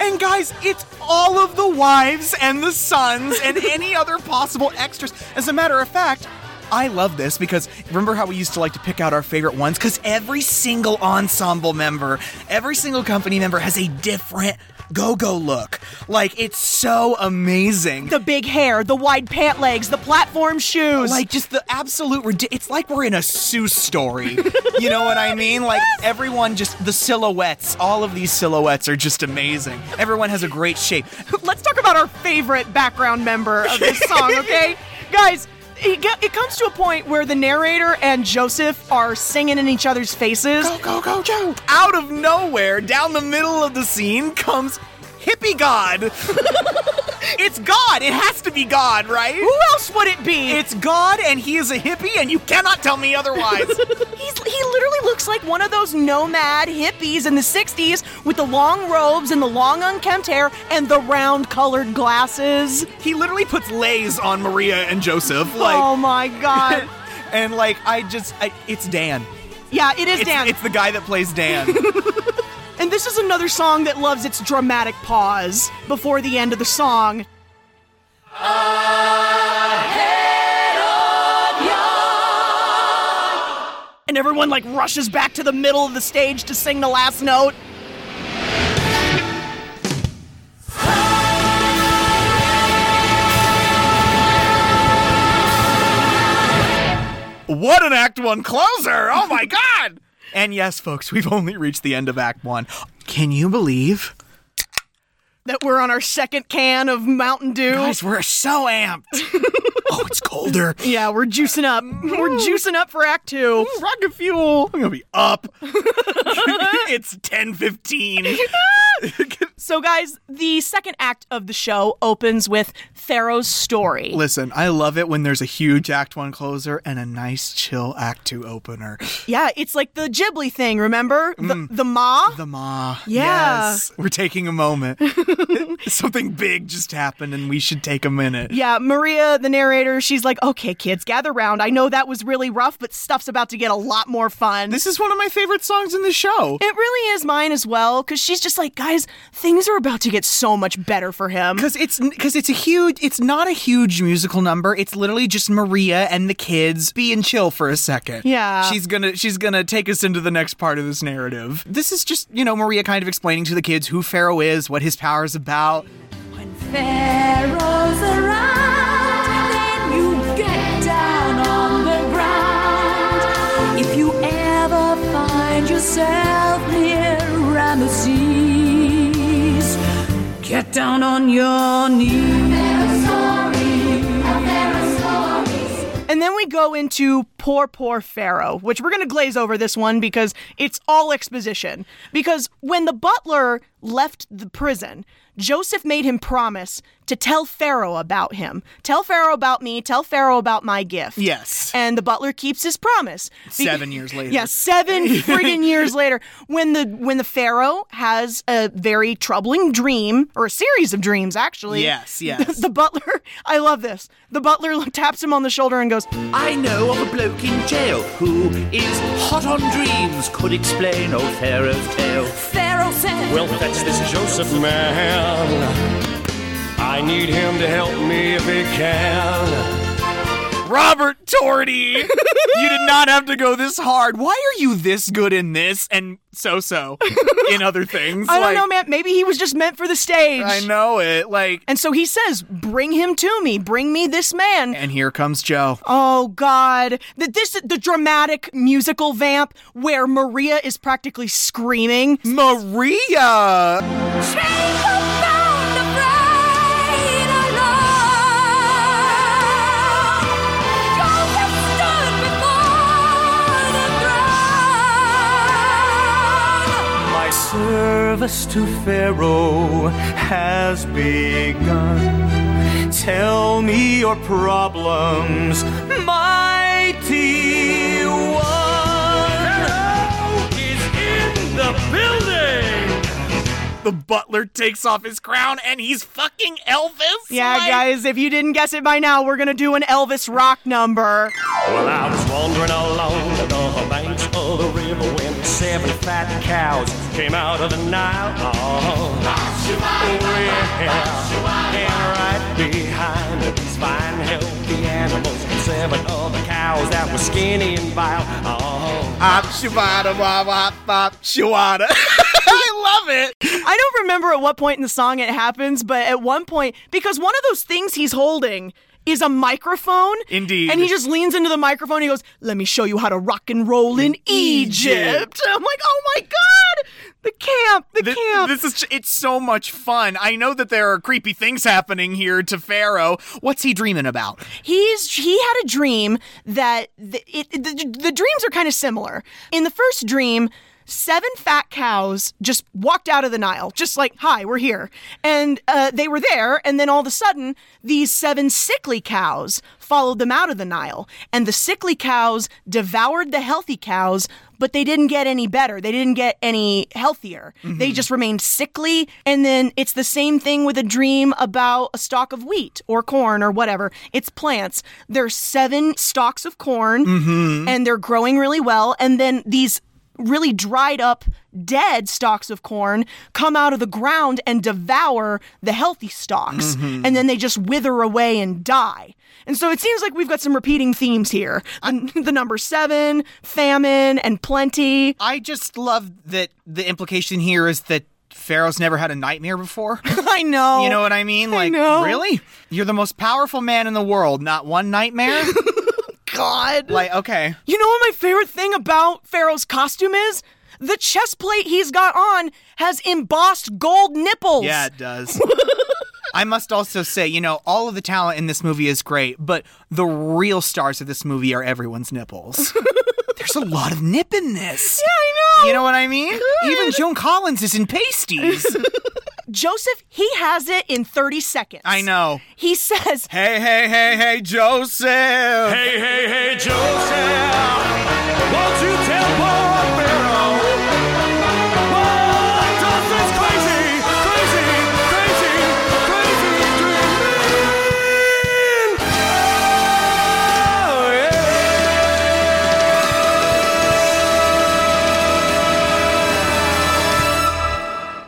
[SPEAKER 1] And guys, it's all of the wives and the sons <laughs> and any other possible extras. As a matter of fact, I love this because remember how we used to like to pick out our favorite ones? Because every single ensemble member, every single company member has a different go go look. Like, it's so amazing.
[SPEAKER 2] The big hair, the wide pant legs, the platform shoes.
[SPEAKER 1] like just the absolute ridic- it's like we're in a Sue story you know what <laughs> i mean like everyone just the silhouettes all of these silhouettes are just amazing everyone has a great shape
[SPEAKER 2] let's talk about our favorite background member of
[SPEAKER 1] <laughs>
[SPEAKER 2] this song, okay? Guys, it, ge- it comes to a point where the narrator and Joseph are singing in each other's faces.
[SPEAKER 1] go, go, Joe! Out of nowhere, down the middle of the scene, comes Hippie
[SPEAKER 2] <laughs>
[SPEAKER 1] God. it's God. It has to be God, right?
[SPEAKER 2] Who else would it be?
[SPEAKER 1] It's God, and he is a hippie, and you cannot tell me otherwise.
[SPEAKER 2] <laughs> <laughs> He's, he literally looks like one of those nomad hippies in the 60s with the long robes and the long unkempt hair and the round colored glasses.
[SPEAKER 1] he literally puts lays on Maria and Joseph. Like,
[SPEAKER 2] oh my
[SPEAKER 1] <laughs>
[SPEAKER 2] god.
[SPEAKER 1] and like, I just, I, it's Dan.
[SPEAKER 2] yeah, it is
[SPEAKER 1] It's,
[SPEAKER 2] Dan.
[SPEAKER 1] It's the guy that plays
[SPEAKER 2] <laughs>
[SPEAKER 1] Dan.
[SPEAKER 2] and this is another song that loves its dramatic pause before the end of the song. And everyone like rushes back to the middle of the stage to sing the last note. <laughs>
[SPEAKER 1] what an Act One closer! Oh my God! And yes, folks, we've only reached the end of Act One. Can you believe?
[SPEAKER 2] That we're on our second can of Mountain Dew.
[SPEAKER 1] Guys, we're so
[SPEAKER 2] <laughs>
[SPEAKER 1] amped. oh, it's colder.
[SPEAKER 2] Yeah, we're juicing up. We're
[SPEAKER 1] Mm.
[SPEAKER 2] juicing up for Act Two.
[SPEAKER 1] Rocket Mm, fuel. I'm gonna be
[SPEAKER 2] <laughs>
[SPEAKER 1] up. it's ten fifteen.
[SPEAKER 2] So, guys, the second act of the show opens with Pharaoh's story.
[SPEAKER 1] Listen, I love it when there's a huge Act One closer and a nice chill Act Two opener.
[SPEAKER 2] Yeah, it's like the Ghibli thing, remember? The, the Ma?
[SPEAKER 1] Mm. The Ma.
[SPEAKER 2] Yeah.
[SPEAKER 1] Yes. We're taking a moment. <laughs> Something big just happened and we should take a minute.
[SPEAKER 2] yeah, Maria, the narrator, she's like, okay, kids, gather round. I know that was really rough, but stuff's about to get a lot more fun.
[SPEAKER 1] This is one of my favorite songs in the show.
[SPEAKER 2] it really is mine as well, because she's just like, guys, things are about to get so much better for him.
[SPEAKER 1] Cause it's cause it's a huge it's not a huge musical number. It's literally just Maria and the kids being chill for a second.
[SPEAKER 2] Yeah.
[SPEAKER 1] She's gonna she's gonna take us into the next part of this narrative. This is just, you know, Maria kind of explaining to the kids who Pharaoh is, what his power's about.
[SPEAKER 4] Pharaoh's around, then you get down on the ground. If you ever find yourself near Ramesses, get down on your knees.
[SPEAKER 2] And then we go into Poor Poor Pharaoh, which we're going to glaze over this one because it's all exposition. Because when the butler left the prison, Joseph made him promise to tell Pharaoh about him. Tell Pharaoh about me, tell Pharaoh about my gift.
[SPEAKER 1] Yes.
[SPEAKER 2] And the butler keeps his promise. Be-
[SPEAKER 1] Seven years later.
[SPEAKER 2] Yeah, <laughs> seven friggin' years later, when the when the pharaoh has a very troubling dream or a series of dreams, actually.
[SPEAKER 1] Yes, yes.
[SPEAKER 2] <laughs> The, the butler, I love this. The butler <laughs> taps him on the shoulder and goes,
[SPEAKER 6] I know of a bloke in jail who is hot on dreams. Could explain old Pharaoh's tale.
[SPEAKER 4] Pharaoh said,
[SPEAKER 12] Well, fetch this Joseph man. I need him to help me if he can.
[SPEAKER 1] Robert
[SPEAKER 2] <laughs>
[SPEAKER 1] Torty. you did not have to go this hard. Why are you this good in this and so so in
[SPEAKER 2] <laughs>
[SPEAKER 1] other things?
[SPEAKER 2] I don't
[SPEAKER 1] Like,
[SPEAKER 2] know, man. Maybe he was just meant for the stage.
[SPEAKER 1] I know it. Like,
[SPEAKER 2] And so he says, "Bring him to me. Bring me this man."
[SPEAKER 1] and here comes
[SPEAKER 2] <laughs>
[SPEAKER 1] Joe.
[SPEAKER 2] Oh God! The, this the dramatic musical vamp where Maria is practically screaming.
[SPEAKER 1] Maria!
[SPEAKER 4] Take us down the brain along. Joseph stood before the throne.
[SPEAKER 3] My service to Pharaoh has begun. Tell me your problems, mighty one.
[SPEAKER 7] Is in the building!
[SPEAKER 1] The butler takes off his crown and he's fucking Elvis?
[SPEAKER 2] Yeah,
[SPEAKER 1] Like,
[SPEAKER 2] guys, if you didn't guess it by now, we're gonna do an Elvis rock number.
[SPEAKER 12] Well, I was wandering along the banks of the river when seven fat cows came out of the Nile. Oh, yeah. And right behind these fine, healthy animals, seven other cows that were skinny and vile. Oh,
[SPEAKER 1] Op, shawada, wop, wop, wop, shawada. <laughs> I love it.
[SPEAKER 2] <laughs> I don't remember at what point in the song it happens, but at one point, because one of those things he's holding is a microphone.
[SPEAKER 1] Indeed.
[SPEAKER 2] And he just leans into the microphone and he goes, Let me show you how to rock and roll in Egypt.
[SPEAKER 1] Egypt.
[SPEAKER 2] I'm like, Oh my God! The camp, the
[SPEAKER 1] Th-
[SPEAKER 2] camp.
[SPEAKER 1] This is it's so much fun. I know that there are creepy things happening here to Pharaoh. What's he dreaming about?
[SPEAKER 2] He's he had a dream that the, it, the, the dreams are kind of similar. In the first dream, seven fat cows just walked out of the Nile, just like, "Hi, we're here," and uh, they were there. And then all of a sudden, these seven sickly cows followed them out of the Nile, and the sickly cows devoured the healthy cows. But they didn't get any better. They didn't get any healthier. They just remained sickly. And then it's the same thing with a dream about a stalk of wheat or corn or whatever. It's plants. There's seven stalks of corn and they're growing really well. And then these really dried up, dead stalks of corn come out of the ground and devour the healthy stalks. And then they just wither away and die. And so it seems like we've got some repeating themes here the, <laughs> the number seven, famine, and plenty.
[SPEAKER 1] I just love that the implication here is that Pharaoh's never had a nightmare <laughs> before.
[SPEAKER 2] <laughs> I know.
[SPEAKER 1] You know what I mean? Like, <laughs>
[SPEAKER 2] know.
[SPEAKER 1] really? You're the most powerful man in the world, not one nightmare?
[SPEAKER 2] God.
[SPEAKER 1] Like, okay.
[SPEAKER 2] You know what my favorite thing about Pharaoh's costume is? The chest plate he's got on has embossed gold nipples.
[SPEAKER 1] Yeah, it does.
[SPEAKER 2] <laughs>
[SPEAKER 1] I must also say, you know, all of the talent in this movie is great, but the real stars of this movie are everyone's
[SPEAKER 2] <laughs>
[SPEAKER 1] nipples. There's a lot of nip in this.
[SPEAKER 2] Yeah, I know.
[SPEAKER 1] You know what I mean? Even Joan Collins is in pasties.
[SPEAKER 2] <laughs> Joseph, he has it in 30 seconds.
[SPEAKER 1] I know.
[SPEAKER 2] He says, <laughs>
[SPEAKER 1] Hey, hey, hey, hey, Joseph. Hey,
[SPEAKER 6] hey, hey, Joseph. Won't you tell poor Pharaoh what does this crazy, crazy, crazy, crazy dream mean? Oh,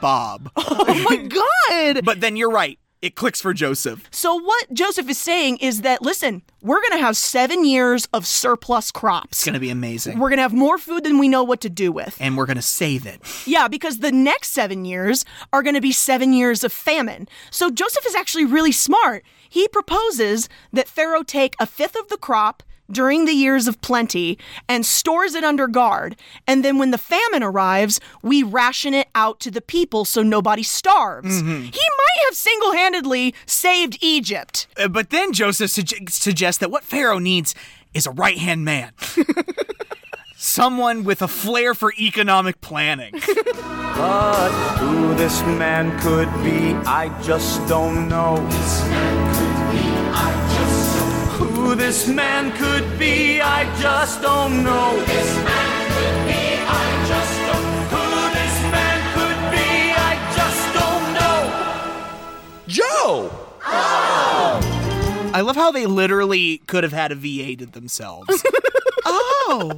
[SPEAKER 1] Bob.
[SPEAKER 2] Oh
[SPEAKER 1] <laughs>
[SPEAKER 2] my God.
[SPEAKER 1] but then you're right. It clicks for Joseph.
[SPEAKER 2] So, what Joseph is saying is that, listen, we're going to have seven years of surplus crops.
[SPEAKER 1] It's going to be amazing.
[SPEAKER 2] We're going to have more food than we know what to do with.
[SPEAKER 1] and we're going to save it.
[SPEAKER 2] Yeah, because the next seven years are going to be seven years of famine. So Joseph is actually really smart. He proposes that Pharaoh take a fifth of the crop during the years of plenty and stores it under guard. And then when the famine arrives, we ration it out to the people so nobody starves. He might have single handedly saved Egypt.
[SPEAKER 1] Uh, but then Joseph sug- suggests that what Pharaoh needs is a right hand
[SPEAKER 2] <laughs>
[SPEAKER 1] man. Someone with a flair for economic planning.
[SPEAKER 12] But who this man could be, I just don't know. Who this man could be, I just don't know. Who this man could be, I just don't know.
[SPEAKER 6] Joe!
[SPEAKER 1] I love how they literally could have had a V8
[SPEAKER 2] <laughs>
[SPEAKER 1] themselves. oh.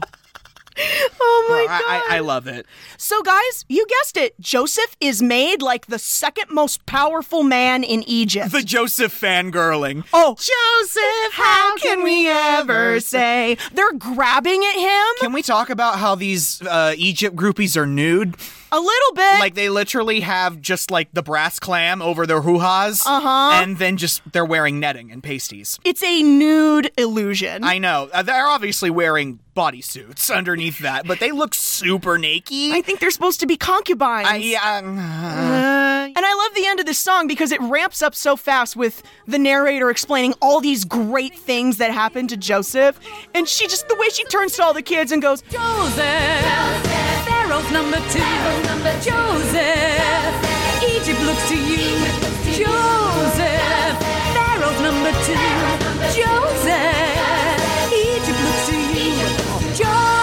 [SPEAKER 2] Oh my
[SPEAKER 1] I, I, I love it.
[SPEAKER 2] So, guys, you guessed it. Joseph is made like the second most powerful man in Egypt.
[SPEAKER 1] The Joseph fangirling.
[SPEAKER 2] Oh, Joseph, how can we ever say? They're grabbing at him
[SPEAKER 1] Can we talk about how these uh, Egypt groupies are nude?
[SPEAKER 2] a little bit.
[SPEAKER 1] Like they literally have just like the brass clam over their hoo-has,
[SPEAKER 2] Uh-huh.
[SPEAKER 1] and then just they're wearing netting and pasties.
[SPEAKER 2] it's a nude illusion.
[SPEAKER 1] I know Uh, they're obviously wearing bodysuits underneath that, but they look super naked.
[SPEAKER 2] I think they're supposed to be concubines.
[SPEAKER 1] I- um, yeah,
[SPEAKER 2] and I love the end of this song because it ramps up so fast with the narrator explaining all these great things that happened to Joseph. And she just, the way she turns to all the kids and goes,
[SPEAKER 13] Joseph, Pharaoh's number two. Joseph, Egypt looks to you. Joseph, Pharaoh's number two. Joseph, Egypt looks to you.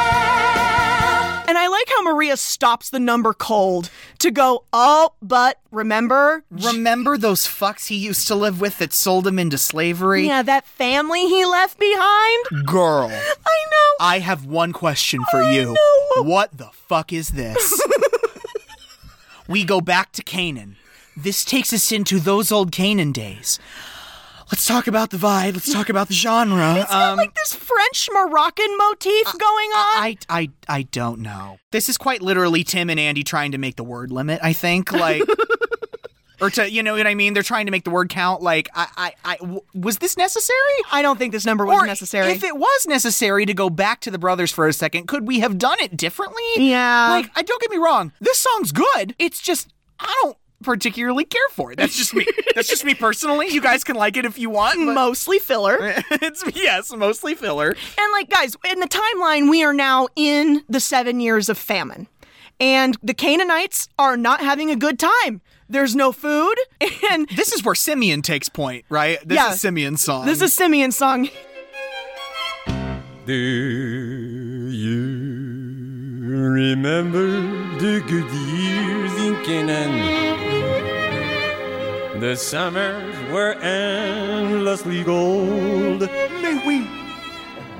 [SPEAKER 13] Joseph.
[SPEAKER 2] and I like how Maria stops the number cold to go, oh, but remember?
[SPEAKER 1] remember those fucks he used to live with that sold him into slavery?
[SPEAKER 2] Yeah, that family he left behind.
[SPEAKER 1] Girl,
[SPEAKER 2] I know.
[SPEAKER 1] I have one question for you.
[SPEAKER 2] know.
[SPEAKER 1] What the fuck is
[SPEAKER 2] <laughs>
[SPEAKER 1] this? we go back to Canaan. This takes us into those old Canaan days. Let's talk about the vibe. Let's talk about the genre.
[SPEAKER 2] Got, like this French Moroccan motif going on.
[SPEAKER 1] I, I I don't know. This is quite literally Tim and Andy trying to make the word limit, I think.
[SPEAKER 2] <laughs>
[SPEAKER 1] Like or to you know what I mean? They're trying to make the word count. Like I I, I w- was this necessary?
[SPEAKER 2] I don't think this number was
[SPEAKER 1] Or
[SPEAKER 2] necessary.
[SPEAKER 1] If it was necessary to go back to the brothers for a second, could we have done it differently?
[SPEAKER 2] Yeah.
[SPEAKER 1] Like, I don't get me wrong. This song's good. It's just I don't particularly care for it. That's just me. That's just me personally. You guys can like it if you want.
[SPEAKER 2] <laughs>
[SPEAKER 1] but-
[SPEAKER 2] Mostly filler.
[SPEAKER 1] <laughs> it's yes, mostly filler.
[SPEAKER 2] And like, guys, in the timeline, we are now in the seven years of famine. And the Canaanites are not having a good time. There's no food. <laughs> And
[SPEAKER 1] This is where Simeon takes point, right? This
[SPEAKER 2] Yeah.
[SPEAKER 1] is Simeon's song.
[SPEAKER 2] this is Simeon's song.
[SPEAKER 14] Do you remember the good years in Canaan? The summers were endlessly gold.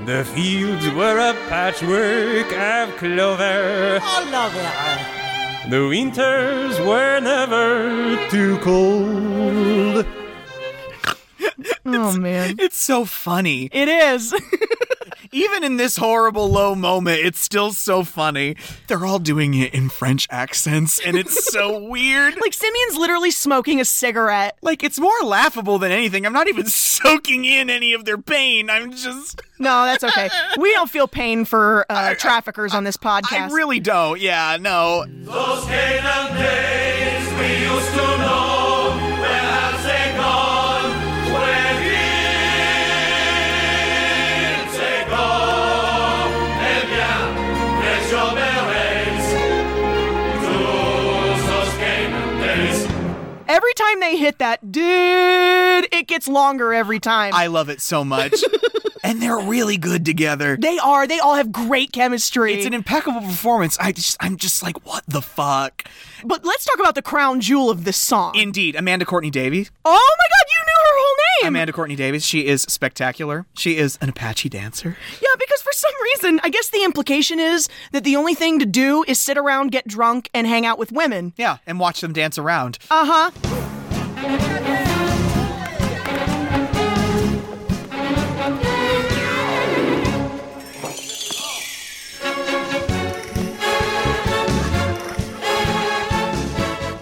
[SPEAKER 14] The fields were a patchwork of clover. The winters were never too cold.
[SPEAKER 2] Oh, man. <laughs>
[SPEAKER 1] It's so funny.
[SPEAKER 2] It is. <laughs>
[SPEAKER 1] Even in this horrible low moment, it's still so funny. They're all doing it in French accents, and it's
[SPEAKER 2] <laughs>
[SPEAKER 1] so weird.
[SPEAKER 2] Like Simeon's literally smoking a cigarette.
[SPEAKER 1] Like it's more laughable than anything. I'm not even soaking in any of their pain. I'm just
[SPEAKER 2] No, that's okay. We don't feel pain for uh, traffickers on this
[SPEAKER 1] I
[SPEAKER 2] podcast.
[SPEAKER 1] really don't. Yeah, no.
[SPEAKER 3] Those Canaan days we used to know, where have they gone? Where did they go? Eh bien, les jobberets, tous those Canaan days.
[SPEAKER 2] Every time they hit that, dude, it gets longer every time.
[SPEAKER 1] I love it so much.
[SPEAKER 2] <laughs>
[SPEAKER 1] and they're really good together.
[SPEAKER 2] They are. They all have great chemistry.
[SPEAKER 1] It's an impeccable performance. I just I'm just like, what the fuck?
[SPEAKER 2] but let's talk about the crown jewel of this song.
[SPEAKER 1] Indeed, Amanda Courtney Davies.
[SPEAKER 2] oh my God, you knew her whole name.
[SPEAKER 1] Amanda Courtney Davies, she is spectacular. She is an Apache dancer.
[SPEAKER 2] Yeah, because for some reason, I guess the implication is that the only thing to do is sit around, get drunk, and hang out with women.
[SPEAKER 1] Yeah, and watch them dance around.
[SPEAKER 2] Uh huh.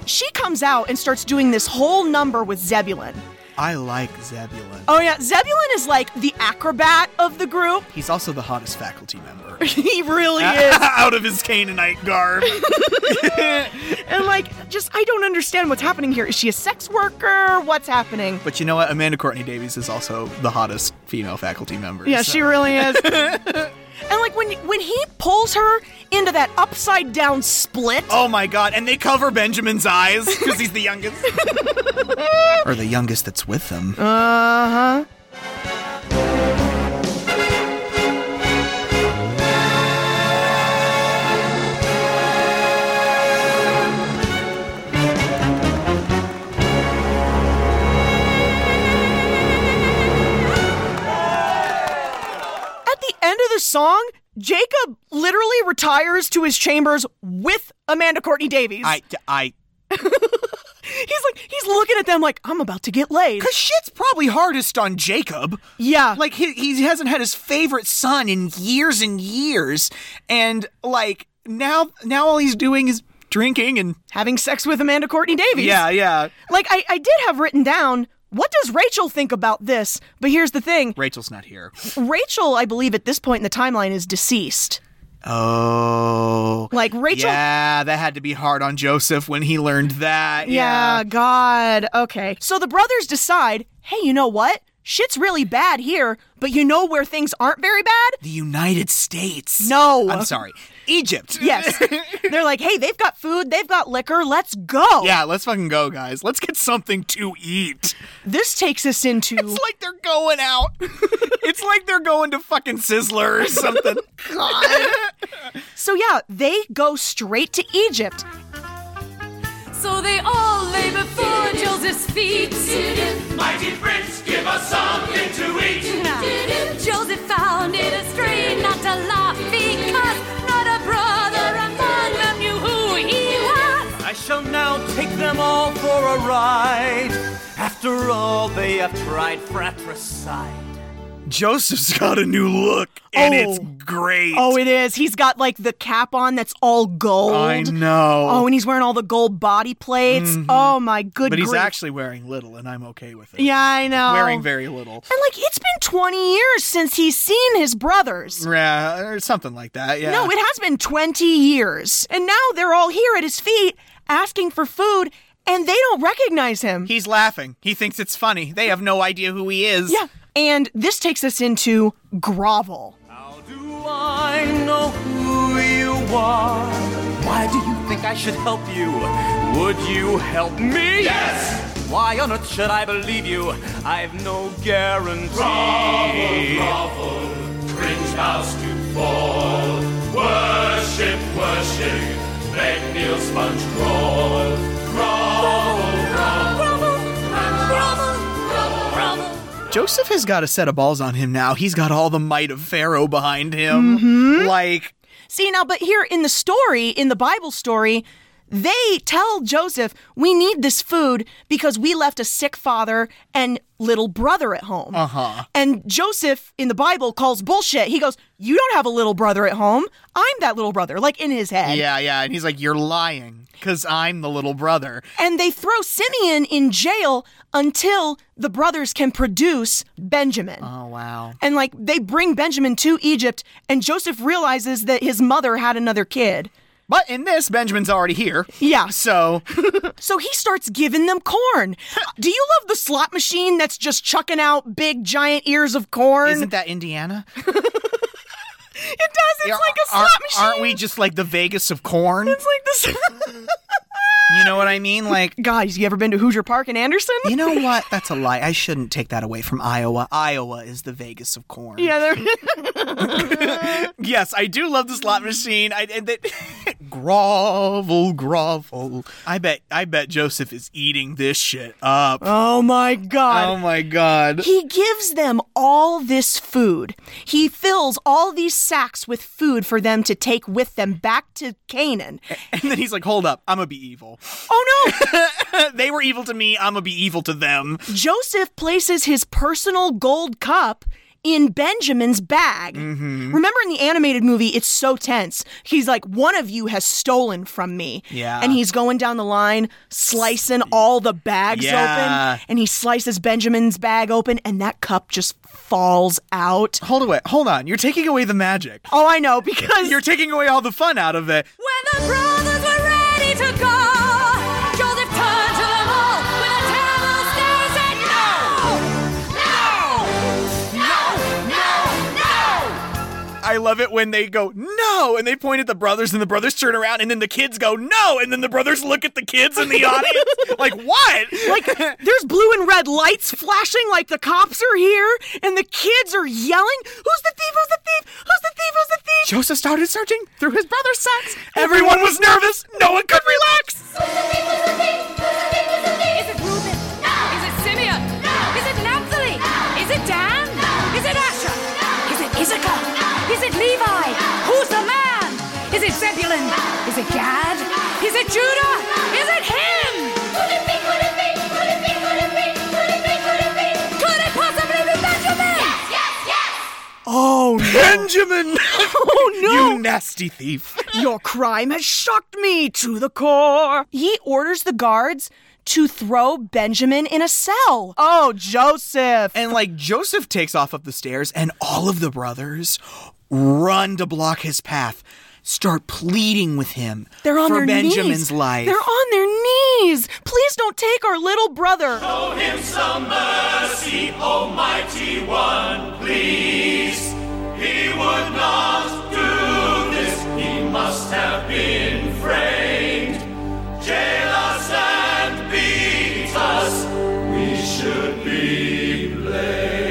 [SPEAKER 2] She comes out and starts doing this whole number with Zebulon.
[SPEAKER 1] I like Zebulon.
[SPEAKER 2] Oh, yeah, Zebulon is like the acrobat of the group. <laughs>
[SPEAKER 1] He's also the hottest faculty <laughs> member.
[SPEAKER 2] he
[SPEAKER 1] <laughs>
[SPEAKER 2] really is.
[SPEAKER 1] Out of his Canaanite garb. <laughs>
[SPEAKER 2] And like, just I don't understand what's happening here. Is she a sex worker? What's happening?
[SPEAKER 1] but you know what? Amanda Courtney Davies is also the hottest female faculty member.
[SPEAKER 2] Yeah,
[SPEAKER 1] so-
[SPEAKER 2] she really is. <laughs> and like when when he pulls her into that upside down split,
[SPEAKER 1] Oh my god, and they cover Benjamin's eyes because he's the youngest. <laughs> or the youngest that's with them.
[SPEAKER 2] Uh huh. At the end of the song, Jacob literally retires to his chambers with Amanda Courtney Davies.
[SPEAKER 1] I, I,
[SPEAKER 2] he's like, he's looking at them like, I'm about to get laid.
[SPEAKER 1] Cause shit's probably hardest on Jacob.
[SPEAKER 2] Yeah.
[SPEAKER 1] Like he he hasn't had his favorite son in years and years, and like now now all he's doing is drinking and
[SPEAKER 2] having sex with Amanda Courtney Davies.
[SPEAKER 1] yeah.
[SPEAKER 2] Like, I, I did have written down, what does Rachel think about this? But here's the thing
[SPEAKER 1] Rachel's not here.
[SPEAKER 2] Rachel, I believe, at this point in the timeline is deceased.
[SPEAKER 1] Oh.
[SPEAKER 2] Like, Rachel.
[SPEAKER 1] Yeah, that had to be hard on Joseph when he learned that.
[SPEAKER 2] Yeah, God. Okay. So the brothers decide, hey, you know what? Shit's really bad here, but you know where things aren't very bad?
[SPEAKER 1] The United States.
[SPEAKER 2] No.
[SPEAKER 1] I'm sorry. Egypt.
[SPEAKER 2] <laughs>
[SPEAKER 1] <laughs>
[SPEAKER 2] Yes. They're like, hey, they've got food, they've got liquor, let's go.
[SPEAKER 1] Yeah, let's fucking go, guys. Let's get something to eat.
[SPEAKER 2] This takes us into.
[SPEAKER 1] <laughs> It's like they're going
[SPEAKER 2] <laughs>
[SPEAKER 1] out. it's like they're going to fucking Sizzler or
[SPEAKER 2] <laughs>
[SPEAKER 1] something.
[SPEAKER 2] so, yeah, they go straight to Egypt.
[SPEAKER 13] So they all lay before Joseph's feet.
[SPEAKER 3] Mighty Prince, give us something to eat.
[SPEAKER 13] Joseph found it a strain not to laugh because not a brother among them knew who he was.
[SPEAKER 3] I shall now take them all for a ride. After all, they have tried fratricide.
[SPEAKER 1] Joseph's got a new look, and it's
[SPEAKER 2] Oh.
[SPEAKER 1] great.
[SPEAKER 2] Oh, it is. He's got like the cap on that's all gold.
[SPEAKER 1] I know. Mm-hmm.
[SPEAKER 2] Oh, and he's wearing all the gold body plates. Oh my good.
[SPEAKER 1] but he's
[SPEAKER 2] grief.
[SPEAKER 1] actually wearing little, and I'm okay with it.
[SPEAKER 2] Yeah, I know.
[SPEAKER 1] Wearing very little.
[SPEAKER 2] And like it's been 20 years since he's seen his brothers.
[SPEAKER 1] Yeah, or something like that. Yeah.
[SPEAKER 2] No, it has been 20 years. And now they're all here at his feet asking for food and they don't recognize him.
[SPEAKER 1] He's laughing. He thinks it's funny. They have no idea who he is.
[SPEAKER 2] yeah. And this takes us into grovel.
[SPEAKER 3] How do I know who you are? Why do you think I should help you? Would you help me? Yes! Why on earth should I believe you? I've no guarantee. Grovel, grovel, cringe house to fall. Worship, worship, make Neil Sponge crawl. Grovel,
[SPEAKER 13] Grovel, grovel, grovel.
[SPEAKER 1] Joseph has got a set of balls on him now. He's got all the might of Pharaoh
[SPEAKER 2] Mm-hmm.
[SPEAKER 1] behind him. Like,
[SPEAKER 2] See now, but here in the story, in the Bible story, They tell Joseph, we need this food because we left a sick father and little brother at home.
[SPEAKER 1] Uh huh.
[SPEAKER 2] And Joseph in the Bible calls bullshit. He goes, You don't have a little brother at home. I'm that little brother, like in his head.
[SPEAKER 1] Yeah, yeah. And he's like, You're lying because I'm the little brother.
[SPEAKER 2] And they throw Simeon in jail until the brothers can produce Benjamin.
[SPEAKER 1] Oh, wow.
[SPEAKER 2] And like they bring Benjamin to Egypt, and Joseph realizes that his mother had another kid.
[SPEAKER 1] But in this, Benjamin's already here.
[SPEAKER 2] Yeah.
[SPEAKER 1] So
[SPEAKER 2] So he starts giving
[SPEAKER 1] <laughs>
[SPEAKER 2] them corn. Do you love the slot machine that's just chucking out big giant ears of corn?
[SPEAKER 1] Isn't that Indiana?
[SPEAKER 2] It does. It's like a slot
[SPEAKER 1] aren't,
[SPEAKER 2] machine.
[SPEAKER 1] aren't we just like the Vegas of corn?
[SPEAKER 2] It's like this. <laughs>
[SPEAKER 1] You know what I mean? Like,
[SPEAKER 2] guys, you ever been to Hoosier Park in Anderson?
[SPEAKER 1] You know what? That's a lie. I shouldn't take that away from Iowa. Iowa is the Vegas of corn.
[SPEAKER 2] <laughs> yeah, there.
[SPEAKER 1] Yes, I do love the slot machine. I and that <laughs> grovel, grovel. I bet, I bet Joseph is eating this shit up.
[SPEAKER 2] Oh my god.
[SPEAKER 1] Oh my god.
[SPEAKER 2] He gives them all this food. He fills all these sacks with food for them to take with them back to Canaan.
[SPEAKER 1] and then he's like, "Hold up, I'm gonna be evil. <laughs>
[SPEAKER 2] Oh no!
[SPEAKER 1] they were evil to me. I'm gonna be evil to them."
[SPEAKER 2] <laughs> Joseph places his personal gold cup in Benjamin's bag.
[SPEAKER 1] Mm-hmm.
[SPEAKER 2] Remember in the animated movie, it's so tense. He's like, one of you has stolen from me.
[SPEAKER 1] Yeah.
[SPEAKER 2] And he's going down the line, slicing all the bags
[SPEAKER 1] Yeah.
[SPEAKER 2] open. And he slices Benjamin's bag open, and that cup just falls out.
[SPEAKER 1] Hold away, hold on. You're taking away the magic.
[SPEAKER 2] Oh, I know, because
[SPEAKER 1] You're taking away all the fun out of it.
[SPEAKER 13] When the brothers were ready to go, Joseph turned to them all with a terrible stare and said, No!
[SPEAKER 1] I love it when they go no, and they point at the brothers, and the brothers turn around, and then the kids go no, and then the brothers look at the kids in
[SPEAKER 2] <laughs>
[SPEAKER 1] the audience, like what?
[SPEAKER 2] like there's blue and red lights flashing like the cops are here and the kids are yelling who's the thief who's the thief who's the thief who's the thief
[SPEAKER 1] Joseph started searching through his brother's socks. Everyone was nervous. No one could relax.
[SPEAKER 13] Is it Reuben? No. Is it Simeon? No. Is it Naphtali? No. Is it Dan? No. Is it Asher? No. Is it Issachar? No. Is it Levi? Who's the man? Is it Zebulun? Is it Gad? Is it Judah? Is it him? Could it be? Could it be? Could it be? Could it be? Could it be? Could it be? Could it possibly be Benjamin? Yes. Yes. Yes.
[SPEAKER 2] oh
[SPEAKER 1] Benjamin,
[SPEAKER 2] <laughs> oh no
[SPEAKER 1] you nasty thief.
[SPEAKER 2] your crime has shocked me to the core he orders the guards to throw benjamin in a cell oh joseph
[SPEAKER 1] And like Joseph takes off up the stairs, and all of the brothers run to block his path, start pleading with him
[SPEAKER 2] they're on
[SPEAKER 1] for
[SPEAKER 2] their
[SPEAKER 1] Benjamin's
[SPEAKER 2] knees.
[SPEAKER 1] life.
[SPEAKER 2] They're on their knees. Please don't take our little brother.
[SPEAKER 3] Show him some mercy, Almighty One, please. He would not do this, he must have been framed. Jail us and beat us, we should be blamed.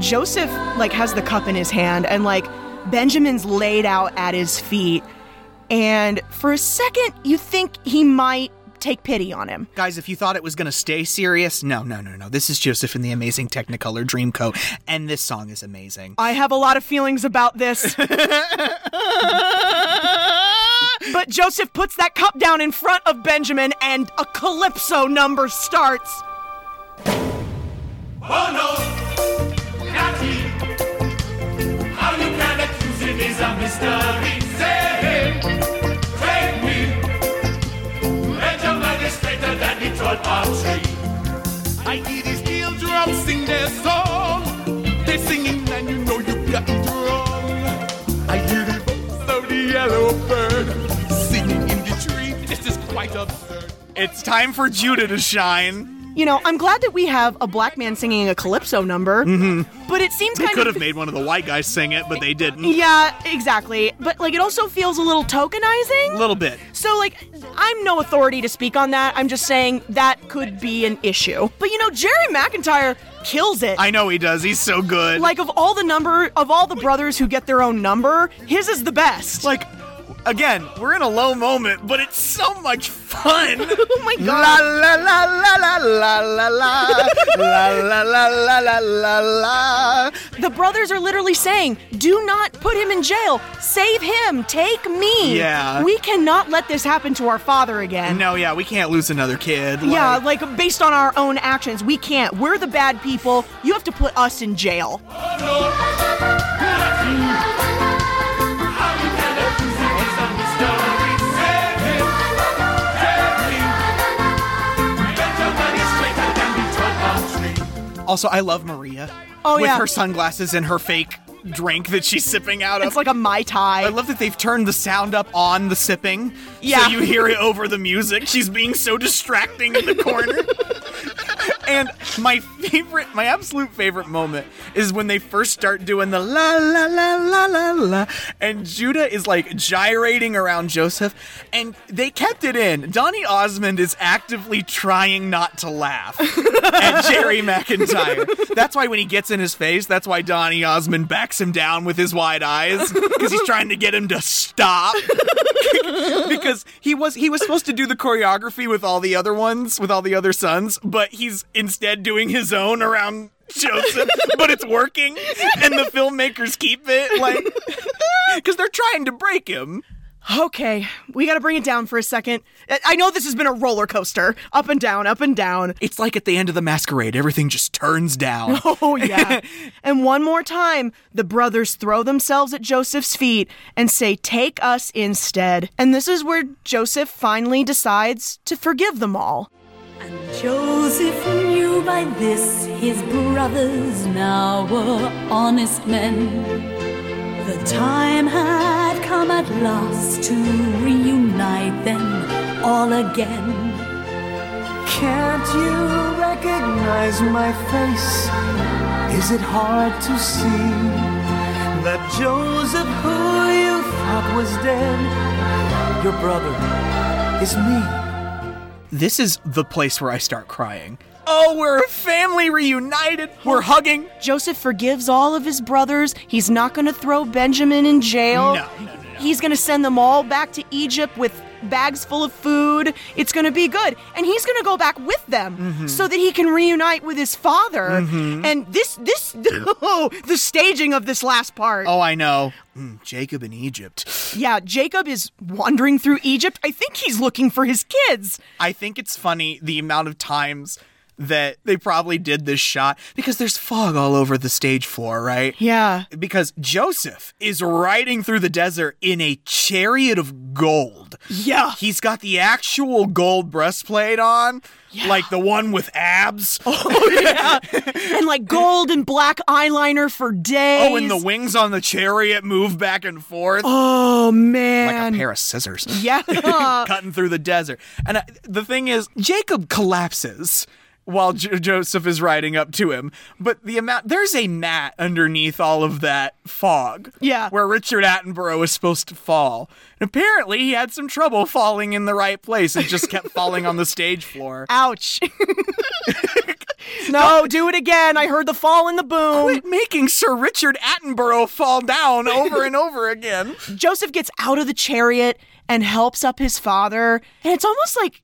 [SPEAKER 2] Joseph like has the cup in his hand and like Benjamin's laid out at his feet and for a second you think he might take pity on him.
[SPEAKER 1] Guys, if you thought it was going to stay serious, no, no, no, no. This is Joseph in the Amazing Technicolor Dreamcoat, and this song is amazing.
[SPEAKER 2] I have a lot of feelings about
[SPEAKER 1] <laughs>
[SPEAKER 2] this. but Joseph puts that cup down in front of Benjamin and a calypso number starts.
[SPEAKER 3] Oh no, not he. How you can accuse him is a mystery. Save him, take me. Benjamin is straighter than the tall palm tree. I hear these teardrops sing their song. They singing and you know you've gotten wrong. I hear the voice of the yellow bird singing in the tree. This is quite absurd.
[SPEAKER 1] It's time for Judah to shine.
[SPEAKER 2] You know, I'm glad that we have a black man singing a calypso number, but it seems
[SPEAKER 1] Mm-hmm. They
[SPEAKER 2] kind
[SPEAKER 1] could
[SPEAKER 2] of
[SPEAKER 1] have made one of the white guys sing it, but they didn't.
[SPEAKER 2] Yeah, exactly. But like it also feels a little
[SPEAKER 1] A
[SPEAKER 2] tokenizing.
[SPEAKER 1] little bit.
[SPEAKER 2] So like I'm no authority to speak on that. I'm just saying that could be an issue. But you know, Jerry McIntyre kills it.
[SPEAKER 1] I know he does. He's so good.
[SPEAKER 2] like of all the number of all the brothers who get their own number, his is the best.
[SPEAKER 1] like again, we're in a low moment, but it's so much fun.
[SPEAKER 2] <laughs> oh my
[SPEAKER 1] <laughs> La
[SPEAKER 2] god.
[SPEAKER 1] la la la la la la la la la la la la la la.
[SPEAKER 2] The brothers are literally saying, "Do not put him in jail. Save him. Take me.
[SPEAKER 1] Yeah.
[SPEAKER 2] We cannot let this happen to our father again."
[SPEAKER 1] No, yeah, we can't lose another kid.
[SPEAKER 2] Yeah,
[SPEAKER 1] like-
[SPEAKER 2] like based on our own actions, we can't. We're the bad people. You have to put us in jail.
[SPEAKER 1] Also, I love Maria.
[SPEAKER 2] Oh,
[SPEAKER 1] with
[SPEAKER 2] yeah.
[SPEAKER 1] her sunglasses and her fake drink that she's sipping out of.
[SPEAKER 2] It's like a mai tai.
[SPEAKER 1] I love that they've turned the sound up on the sipping.
[SPEAKER 2] Yeah.
[SPEAKER 1] So you hear it over the music. She's being so distracting in the corner. and my favorite, my absolute favorite moment is when they first start doing the la la la la la la. And Judah is like gyrating around Joseph. And they kept it in. Donnie Osmond is actively trying not to laugh at Jerry McIntyre. That's why when he gets in his face, that's why Donnie Osmond backs him down with his wide eyes because he's trying to get him to stop. <laughs> because he was he was supposed to do the choreography with all the other ones, with all the other sons, but he's instead doing his own around <laughs> Joseph, but it's working and the filmmakers keep it like <laughs> cuz they're trying to break him.
[SPEAKER 2] Okay, we gotta bring it down for a second. I- I know this has been a roller coaster, up and down, up and down.
[SPEAKER 1] It's like at the end of the masquerade, everything just turns <laughs> down.
[SPEAKER 2] Oh, yeah. and one more time, the brothers throw themselves at Joseph's feet and say, Take us instead. And this is where Joseph finally decides to forgive them all.
[SPEAKER 4] Joseph knew by this his brothers now were honest men. The time had come at last to reunite them all again.
[SPEAKER 15] Can't you recognize my face? Is it hard to see that Joseph, who you thought was dead, your brother, is me?
[SPEAKER 1] This is the place where I start crying. Oh, we're a family reunited. We're hugging.
[SPEAKER 2] Joseph forgives all of his brothers. He's not going to throw Benjamin in jail.
[SPEAKER 1] No,
[SPEAKER 2] He's going to send them all back to Egypt with bags full of food. It's going to be good. And he's going to go back with them
[SPEAKER 1] Mhm.
[SPEAKER 2] so that he can reunite with his father.
[SPEAKER 1] Mhm.
[SPEAKER 2] And this this <laughs> oh, the staging of this last part.
[SPEAKER 1] Oh, I know. Mm, Jacob in Egypt.
[SPEAKER 2] Yeah, Jacob is wandering through Egypt. I think he's looking for his kids.
[SPEAKER 1] I think it's funny the amount of times that they probably did this shot because there's fog all over the stage floor, right?
[SPEAKER 2] Yeah.
[SPEAKER 1] Because Joseph is riding through the desert in a chariot of gold.
[SPEAKER 2] Yeah.
[SPEAKER 1] He's got the actual gold breastplate on, like the one with abs. <laughs>
[SPEAKER 2] Oh, yeah. and like gold and black eyeliner for days.
[SPEAKER 1] Oh, and the wings on the chariot move back and forth.
[SPEAKER 2] Oh man.
[SPEAKER 1] Like a pair of scissors. <laughs>
[SPEAKER 2] Yeah. <laughs>
[SPEAKER 1] Cutting through the desert. And I, the thing is, Jacob collapses while jo- Joseph is riding up to him. But the amount, there's a mat underneath all of that fog.
[SPEAKER 2] Yeah.
[SPEAKER 1] Where Richard Attenborough is supposed to fall. And apparently he had some trouble falling in the right place and just kept falling on the stage <laughs> floor.
[SPEAKER 2] Ouch. no, do it again. I heard the fall and the boom. Quit
[SPEAKER 1] making Sir Richard Attenborough fall down over and over again.
[SPEAKER 2] Joseph gets out of the chariot and helps up his father. And it's almost like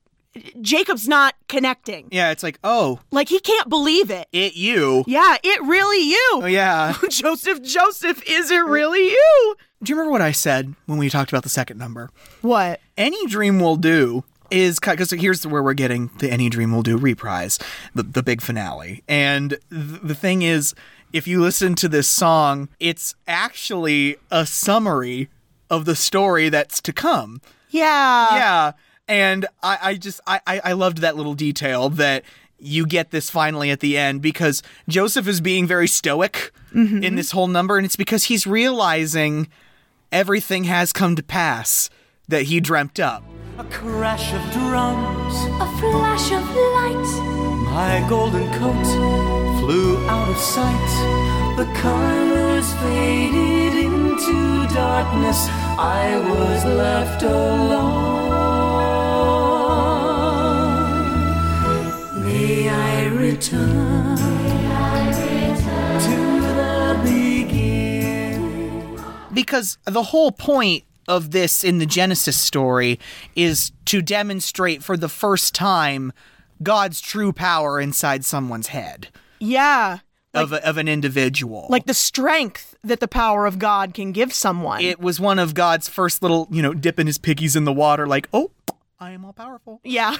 [SPEAKER 2] Jacob's not connecting.
[SPEAKER 1] Yeah, it's like, oh,
[SPEAKER 2] Like he can't believe it.
[SPEAKER 1] it you.
[SPEAKER 2] Yeah, it really you. Oh,
[SPEAKER 1] yeah.
[SPEAKER 2] <laughs> Joseph, Joseph, is it really you?
[SPEAKER 1] Do you remember what I said when we talked about the second number?
[SPEAKER 2] What?
[SPEAKER 1] Any Dream Will Do is because here's where we're getting the Any Dream Will Do reprise, the, the big finale. And th- the thing is, if you listen to this song, it's actually a summary of the story that's to come.
[SPEAKER 2] Yeah.
[SPEAKER 1] Yeah. And I, I just I, I, I loved that little detail that you get this finally at the end because Joseph is being very stoic
[SPEAKER 2] Mhm.
[SPEAKER 1] in this whole number, and it's because he's realizing everything has come to pass that he dreamt up.
[SPEAKER 15] A crash of drums,
[SPEAKER 4] A flash of light.
[SPEAKER 15] my golden coat flew out of sight. The colors faded into darkness, I was left alone. May I return to the beginning?
[SPEAKER 1] Because the whole point of this in the Genesis story is to demonstrate for the first time God's true power inside someone's head
[SPEAKER 2] Yeah.
[SPEAKER 1] of a, of an individual.
[SPEAKER 2] Like the strength that the power of God can give someone.
[SPEAKER 1] It was one of God's first little, you know, dipping his piggies in the water, like, oh,
[SPEAKER 2] I am all powerful. Yeah.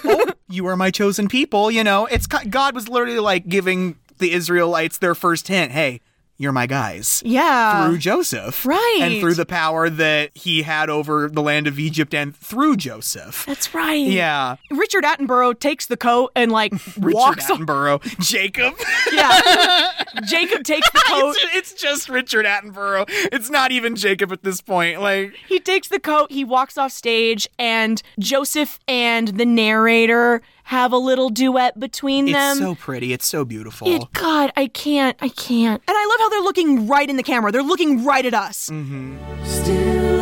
[SPEAKER 1] you are my chosen people. You know, it's ki- God was literally like giving the Israelites their first hint. Hey, you're my guys.
[SPEAKER 2] <laughs> Yeah.
[SPEAKER 1] Through Joseph.
[SPEAKER 2] Right.
[SPEAKER 1] And through the power that he had over the land of Egypt and through Joseph.
[SPEAKER 2] That's right.
[SPEAKER 1] Yeah.
[SPEAKER 2] Richard Attenborough takes the coat and like
[SPEAKER 1] <laughs> Richard
[SPEAKER 2] walks on.
[SPEAKER 1] Attenborough. Jacob. Oh,
[SPEAKER 2] Yeah.
[SPEAKER 1] <laughs>
[SPEAKER 2] Jacob takes the coat.
[SPEAKER 1] it's, it's just Richard Attenborough. It's not even Jacob at this point. Like
[SPEAKER 2] He takes the coat, he walks off stage, and Joseph and the narrator have a little duet between them.
[SPEAKER 1] it's so pretty. It's so beautiful.
[SPEAKER 2] It, God, I can't, I can't. And I love how they're looking right in the camera. They're looking right at us.
[SPEAKER 1] Mm-hmm.
[SPEAKER 15] Still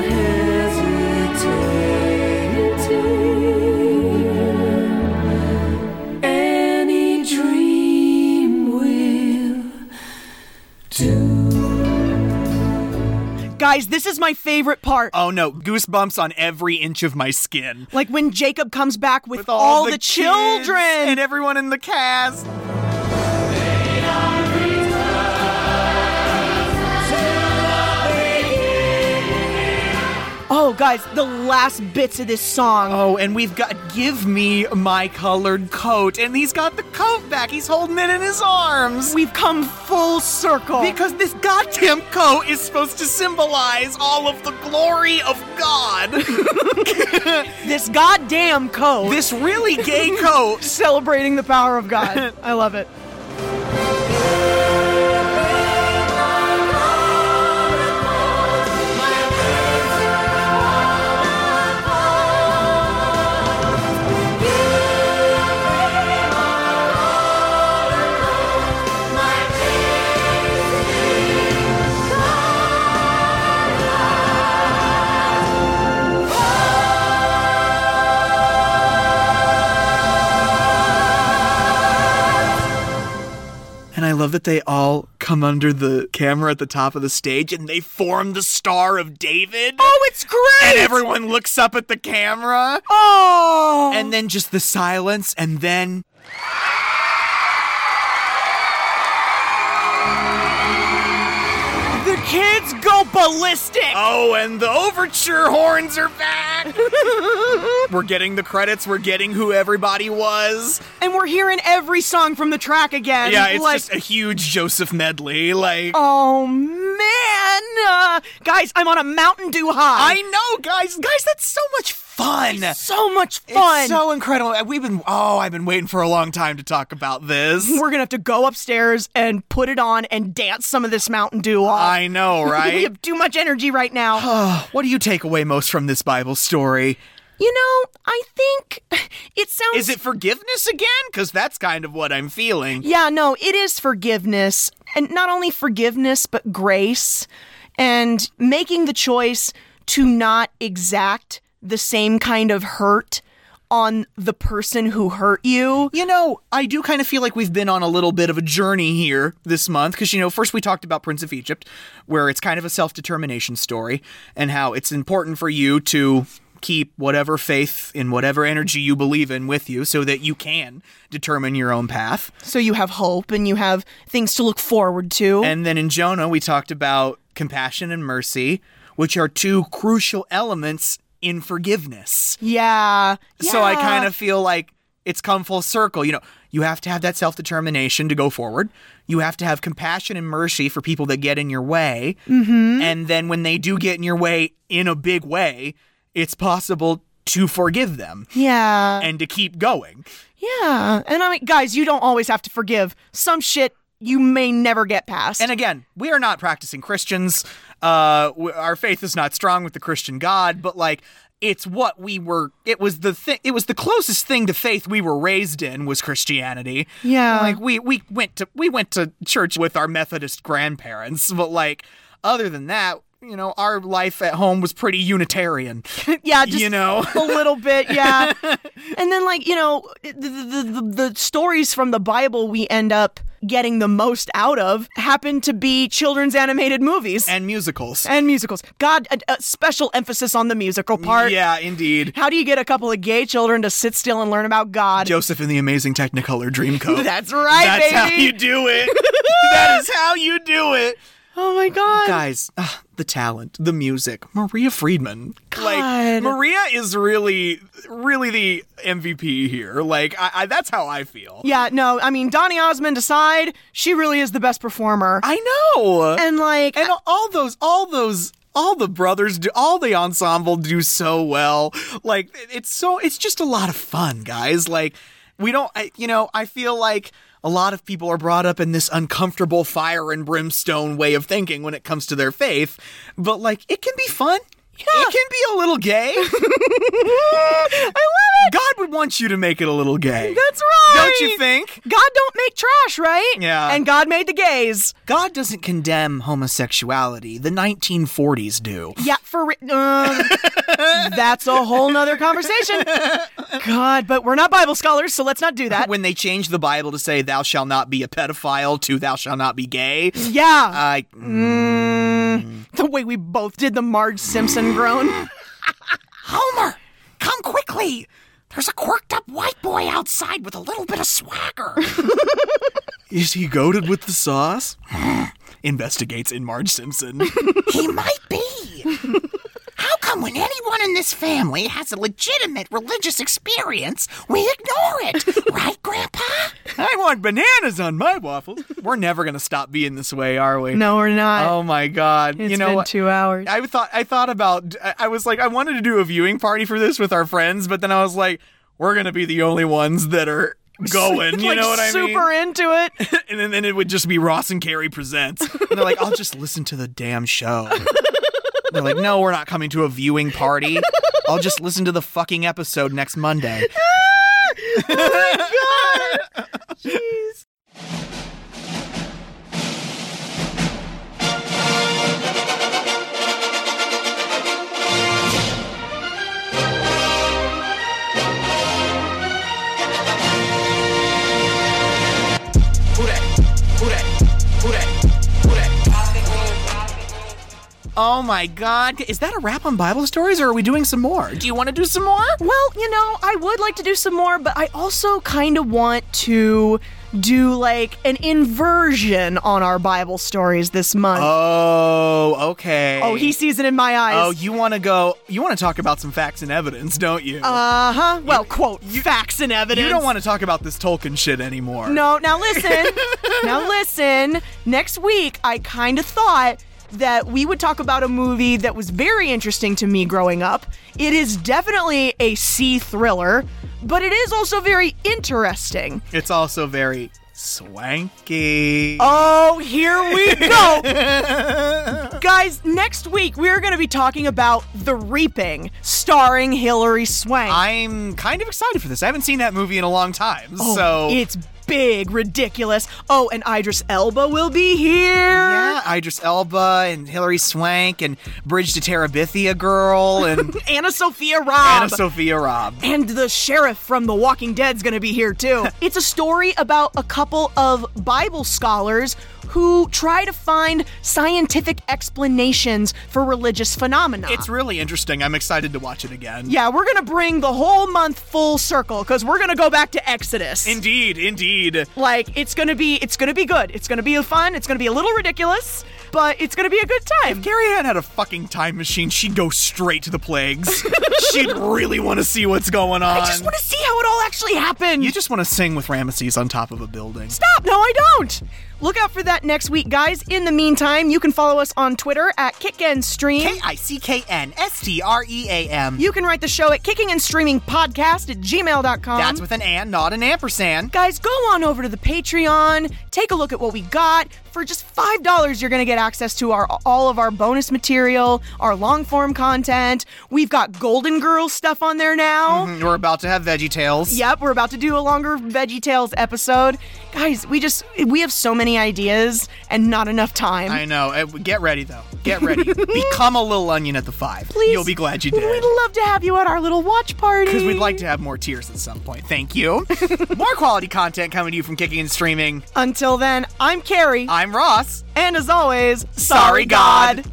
[SPEAKER 15] hesitating. Any dream will
[SPEAKER 2] Guys, this is my favorite part.
[SPEAKER 1] Oh no, goosebumps on every inch of my skin.
[SPEAKER 2] Like when Jacob comes back with, all, the, children
[SPEAKER 1] and everyone in the cast.
[SPEAKER 2] Oh, guys, the last bits of this song.
[SPEAKER 1] Oh, and we've got Give Me My Colored Coat. And he's got the coat back. He's holding it in his arms.
[SPEAKER 2] We've come full circle.
[SPEAKER 1] Because this goddamn coat is supposed to symbolize all of the glory of God.
[SPEAKER 2] <laughs> this goddamn coat.
[SPEAKER 1] this really gay coat.
[SPEAKER 2] Celebrating the power
[SPEAKER 1] <laughs>
[SPEAKER 2] of God. I love it.
[SPEAKER 1] And I love that they all come under the camera at the top of the stage and they form the Star of David.
[SPEAKER 2] Oh, it's great!
[SPEAKER 1] And everyone looks up at the camera.
[SPEAKER 2] Oh!
[SPEAKER 1] And then just the silence, and then.
[SPEAKER 2] the kids go ballistic.
[SPEAKER 1] Oh, and the overture horns are
[SPEAKER 2] <laughs>
[SPEAKER 1] back! we're getting the credits, we're getting who everybody was.
[SPEAKER 2] And we're hearing every song from the track again.
[SPEAKER 1] yeah, it's
[SPEAKER 2] like,
[SPEAKER 1] just a huge Joseph medley. Like.
[SPEAKER 2] Oh man, uh, guys, I'm on a Mountain Dew high.
[SPEAKER 1] I know, guys! Guys, that's so much fun!
[SPEAKER 2] so much fun.
[SPEAKER 1] It's so incredible. We've been oh, I've been waiting for a long time to talk about this.
[SPEAKER 2] We're gonna have to go upstairs and put it on and dance some of this Mountain Dew. Off.
[SPEAKER 1] I know,
[SPEAKER 2] <laughs> we
[SPEAKER 1] right?
[SPEAKER 2] have too much energy right now.
[SPEAKER 1] <sighs> what do you take away most from this Bible story?
[SPEAKER 2] you know, I think <laughs> it sounds.
[SPEAKER 1] Is it forgiveness again? Because that's kind of what I'm feeling.
[SPEAKER 2] Yeah, no, it is forgiveness. And not only forgiveness, but grace and making the choice to not exact the same kind of hurt on the person who hurt you.
[SPEAKER 1] You know, I do kind of feel like we've been on a little bit of a journey here this month because, you know, first we talked about Prince of Egypt, where it's kind of a self determination story and how it's important for you to keep whatever faith in whatever energy you believe in with you so that you can determine your own path.
[SPEAKER 2] So you have hope and you have things to look forward to.
[SPEAKER 1] And then in Jonah, we talked about compassion and mercy, which are two crucial elements in forgiveness.
[SPEAKER 2] yeah.
[SPEAKER 1] So I
[SPEAKER 2] yeah.
[SPEAKER 1] kind of feel like it's come full circle. You know, you have to have that self determination to go forward. You have to have compassion and mercy for people that get in your way. Mm-hmm. And then when they do get in your way in a big way, it's possible to forgive them
[SPEAKER 2] Yeah.
[SPEAKER 1] and to keep going.
[SPEAKER 2] yeah. And I mean, guys, you don't always have to forgive. Some shit you may never get past.
[SPEAKER 1] And again, we are not practicing Christians. Uh, w- our faith is not strong with the Christian God, but like it's what we were. It was the thing. It was the closest thing to faith we were raised in was Christianity.
[SPEAKER 2] Yeah.
[SPEAKER 1] like we we went to we went to church with our Methodist grandparents, but like other than that, you know, our life at home was pretty
[SPEAKER 2] <laughs>
[SPEAKER 1] Unitarian.
[SPEAKER 2] yeah, just
[SPEAKER 1] you know.
[SPEAKER 2] a little bit,
[SPEAKER 1] <laughs>
[SPEAKER 2] yeah. and then like you know, the, the the the stories from the Bible, we end up getting the most out of happened to be children's animated movies
[SPEAKER 1] and musicals.
[SPEAKER 2] And musicals. God, a, a special emphasis on the musical part.
[SPEAKER 1] Yeah, indeed.
[SPEAKER 2] How do you get a couple of gay children to sit still and learn about God?
[SPEAKER 1] Joseph and the Amazing Technicolor Dreamcoat.
[SPEAKER 2] <laughs> That's right,
[SPEAKER 1] That's
[SPEAKER 2] baby.
[SPEAKER 1] how you do it. that is how you do it.
[SPEAKER 2] <laughs> Oh my god.
[SPEAKER 1] Guys, uh, the talent, the music, Maria Friedman. Like
[SPEAKER 2] God.
[SPEAKER 1] Maria is really, really the MVP here. Like I, I, that's how I feel.
[SPEAKER 2] Yeah, no, I mean Donny Osmond aside, she really is the best performer.
[SPEAKER 1] I know.
[SPEAKER 2] And like
[SPEAKER 1] And all those, all those, all the brothers do, all the ensemble do so well. Like it's so, it's just a lot of fun, guys. Like we don't, I, you know, I feel like a lot of people are brought up in this uncomfortable fire and brimstone way of thinking when it comes to their faith, but like it can be fun. It can be a little gay. <laughs> I love
[SPEAKER 2] it.
[SPEAKER 1] God would want you to make it a little gay.
[SPEAKER 2] That's right.
[SPEAKER 1] Don't you think?
[SPEAKER 2] God don't make trash, right?
[SPEAKER 1] Yeah.
[SPEAKER 2] And God made the gays.
[SPEAKER 1] God doesn't condemn homosexuality. The 1940s do.
[SPEAKER 2] Yeah, for re-
[SPEAKER 1] <laughs>
[SPEAKER 2] uh, that's a whole nother conversation. God, but we're not Bible scholars, so let's not do that.
[SPEAKER 1] when they changed the Bible to say "Thou shalt not be a pedophile" to "Thou shalt not be gay,"
[SPEAKER 2] Yeah,
[SPEAKER 1] I
[SPEAKER 2] the way we both did the Marge Simpson groan.
[SPEAKER 8] Homer, come quickly. There's a quirked up white boy outside with a little bit of swagger.
[SPEAKER 1] <laughs> is he goaded with the sauce? <sighs> Investigates in Marge Simpson.
[SPEAKER 8] <laughs> he might be. How come when anyone in this family has a legitimate religious experience, we ignore it? Right, Grandpa?
[SPEAKER 1] I want bananas on my waffles. We're never gonna stop being this way, are we?
[SPEAKER 2] No, we're not.
[SPEAKER 1] Oh my god!
[SPEAKER 2] It's
[SPEAKER 1] you know
[SPEAKER 2] been
[SPEAKER 1] what?
[SPEAKER 2] two hours.
[SPEAKER 1] I thought I thought about I- I was like I wanted to do a viewing party for this with our friends, but then I was like, we're gonna be the only ones that
[SPEAKER 2] <laughs>
[SPEAKER 1] are going. you
[SPEAKER 2] like,
[SPEAKER 1] know what I mean?
[SPEAKER 2] Super into it.
[SPEAKER 1] <laughs> and then, then it would just be Ross and Carrie presents. And they're like, I'll just listen to the damn
[SPEAKER 2] <laughs>
[SPEAKER 1] show. They're like, no, we're not coming to a viewing party. I'll just listen to the fucking episode next Monday. Oh my god. Is that a wrap on Bible stories or are we doing some more? Do you want to do some more?
[SPEAKER 2] Well, you know, I would like to do some more, but I also kind of want to do like an inversion on our Bible stories this month.
[SPEAKER 1] Oh, okay.
[SPEAKER 2] oh, he sees it in my eyes.
[SPEAKER 1] Oh, you want to go. You want to talk about some facts and evidence, don't you?
[SPEAKER 2] Uh huh. Well, quote facts and evidence.
[SPEAKER 1] you don't want to talk about this Tolkien shit anymore.
[SPEAKER 2] No,
[SPEAKER 1] <laughs>
[SPEAKER 2] now listen. now listen. Next week, I kind of thought that we would talk about a movie that was very interesting to me growing up. It is definitely a sea thriller, but it is also very interesting.
[SPEAKER 1] It's also very swanky.
[SPEAKER 2] Oh, here we
[SPEAKER 1] <laughs>
[SPEAKER 2] go. Guys, next week we're going to be talking about The Reaping, starring Hilary Swank.
[SPEAKER 1] I'm kind of excited for this. I haven't seen that movie in a long time,
[SPEAKER 2] Oh,
[SPEAKER 1] so
[SPEAKER 2] it's big, ridiculous. Oh, and Idris Elba will be here.
[SPEAKER 1] yeah, Idris Elba and Hilary Swank and Bridge to Terabithia <laughs> girl and
[SPEAKER 2] Anna Sophia Robb.
[SPEAKER 1] Anna Sophia Robb.
[SPEAKER 2] and the sheriff from The Walking Dead's gonna be here
[SPEAKER 1] <laughs>
[SPEAKER 2] too. it's a story about a couple of Bible scholars who try to find scientific explanations for religious phenomena.
[SPEAKER 1] It's really interesting. I'm excited to watch it again.
[SPEAKER 2] Yeah, we're gonna bring the whole month full circle because we're gonna go back to Exodus.
[SPEAKER 1] Indeed, indeed.
[SPEAKER 2] like it's gonna be, it's gonna be good. It's gonna be fun. It's gonna be a little ridiculous, but it's gonna be a good time.
[SPEAKER 1] Carrie Ann had a fucking time machine. She'd go straight to the plagues. <laughs> She'd really want to see what's going on.
[SPEAKER 2] I just want to see how it all actually happened.
[SPEAKER 1] you just want to sing with Ramesses on top of a building.
[SPEAKER 2] Stop! No, I don't. Look out for that next week, guys. In the meantime, you can follow us on Twitter at Kick and Stream.
[SPEAKER 1] K I C K N S T R E A M.
[SPEAKER 2] you can write the show at kicking and streaming podcast at gmail.com.
[SPEAKER 1] That's with an and, not an ampersand.
[SPEAKER 2] Guys, go on over to the Patreon, take a look at what we got. For just $5, you're going to get access to our all of our bonus material, our long form content. We've got Golden Girls stuff on there now.
[SPEAKER 1] Mhm, We're about to have Veggie Tales.
[SPEAKER 2] Yep, we're about to do a longer Veggie Tales episode. Guys, we just we have so many ideas and not enough time.
[SPEAKER 1] I know. Uh, Get ready though. Get <laughs> ready. Become a little onion at the five.
[SPEAKER 2] Please.
[SPEAKER 1] You'll be glad you did.
[SPEAKER 2] We'd love to have you at our little watch party.
[SPEAKER 1] Because we'd like to have more tiers at some point. Thank <laughs> you. more quality content coming to you from Kicking and Streaming.
[SPEAKER 2] Until then, I'm Carrie.
[SPEAKER 1] I'm Ross.
[SPEAKER 2] And as always,
[SPEAKER 1] Uh, Sorry, God.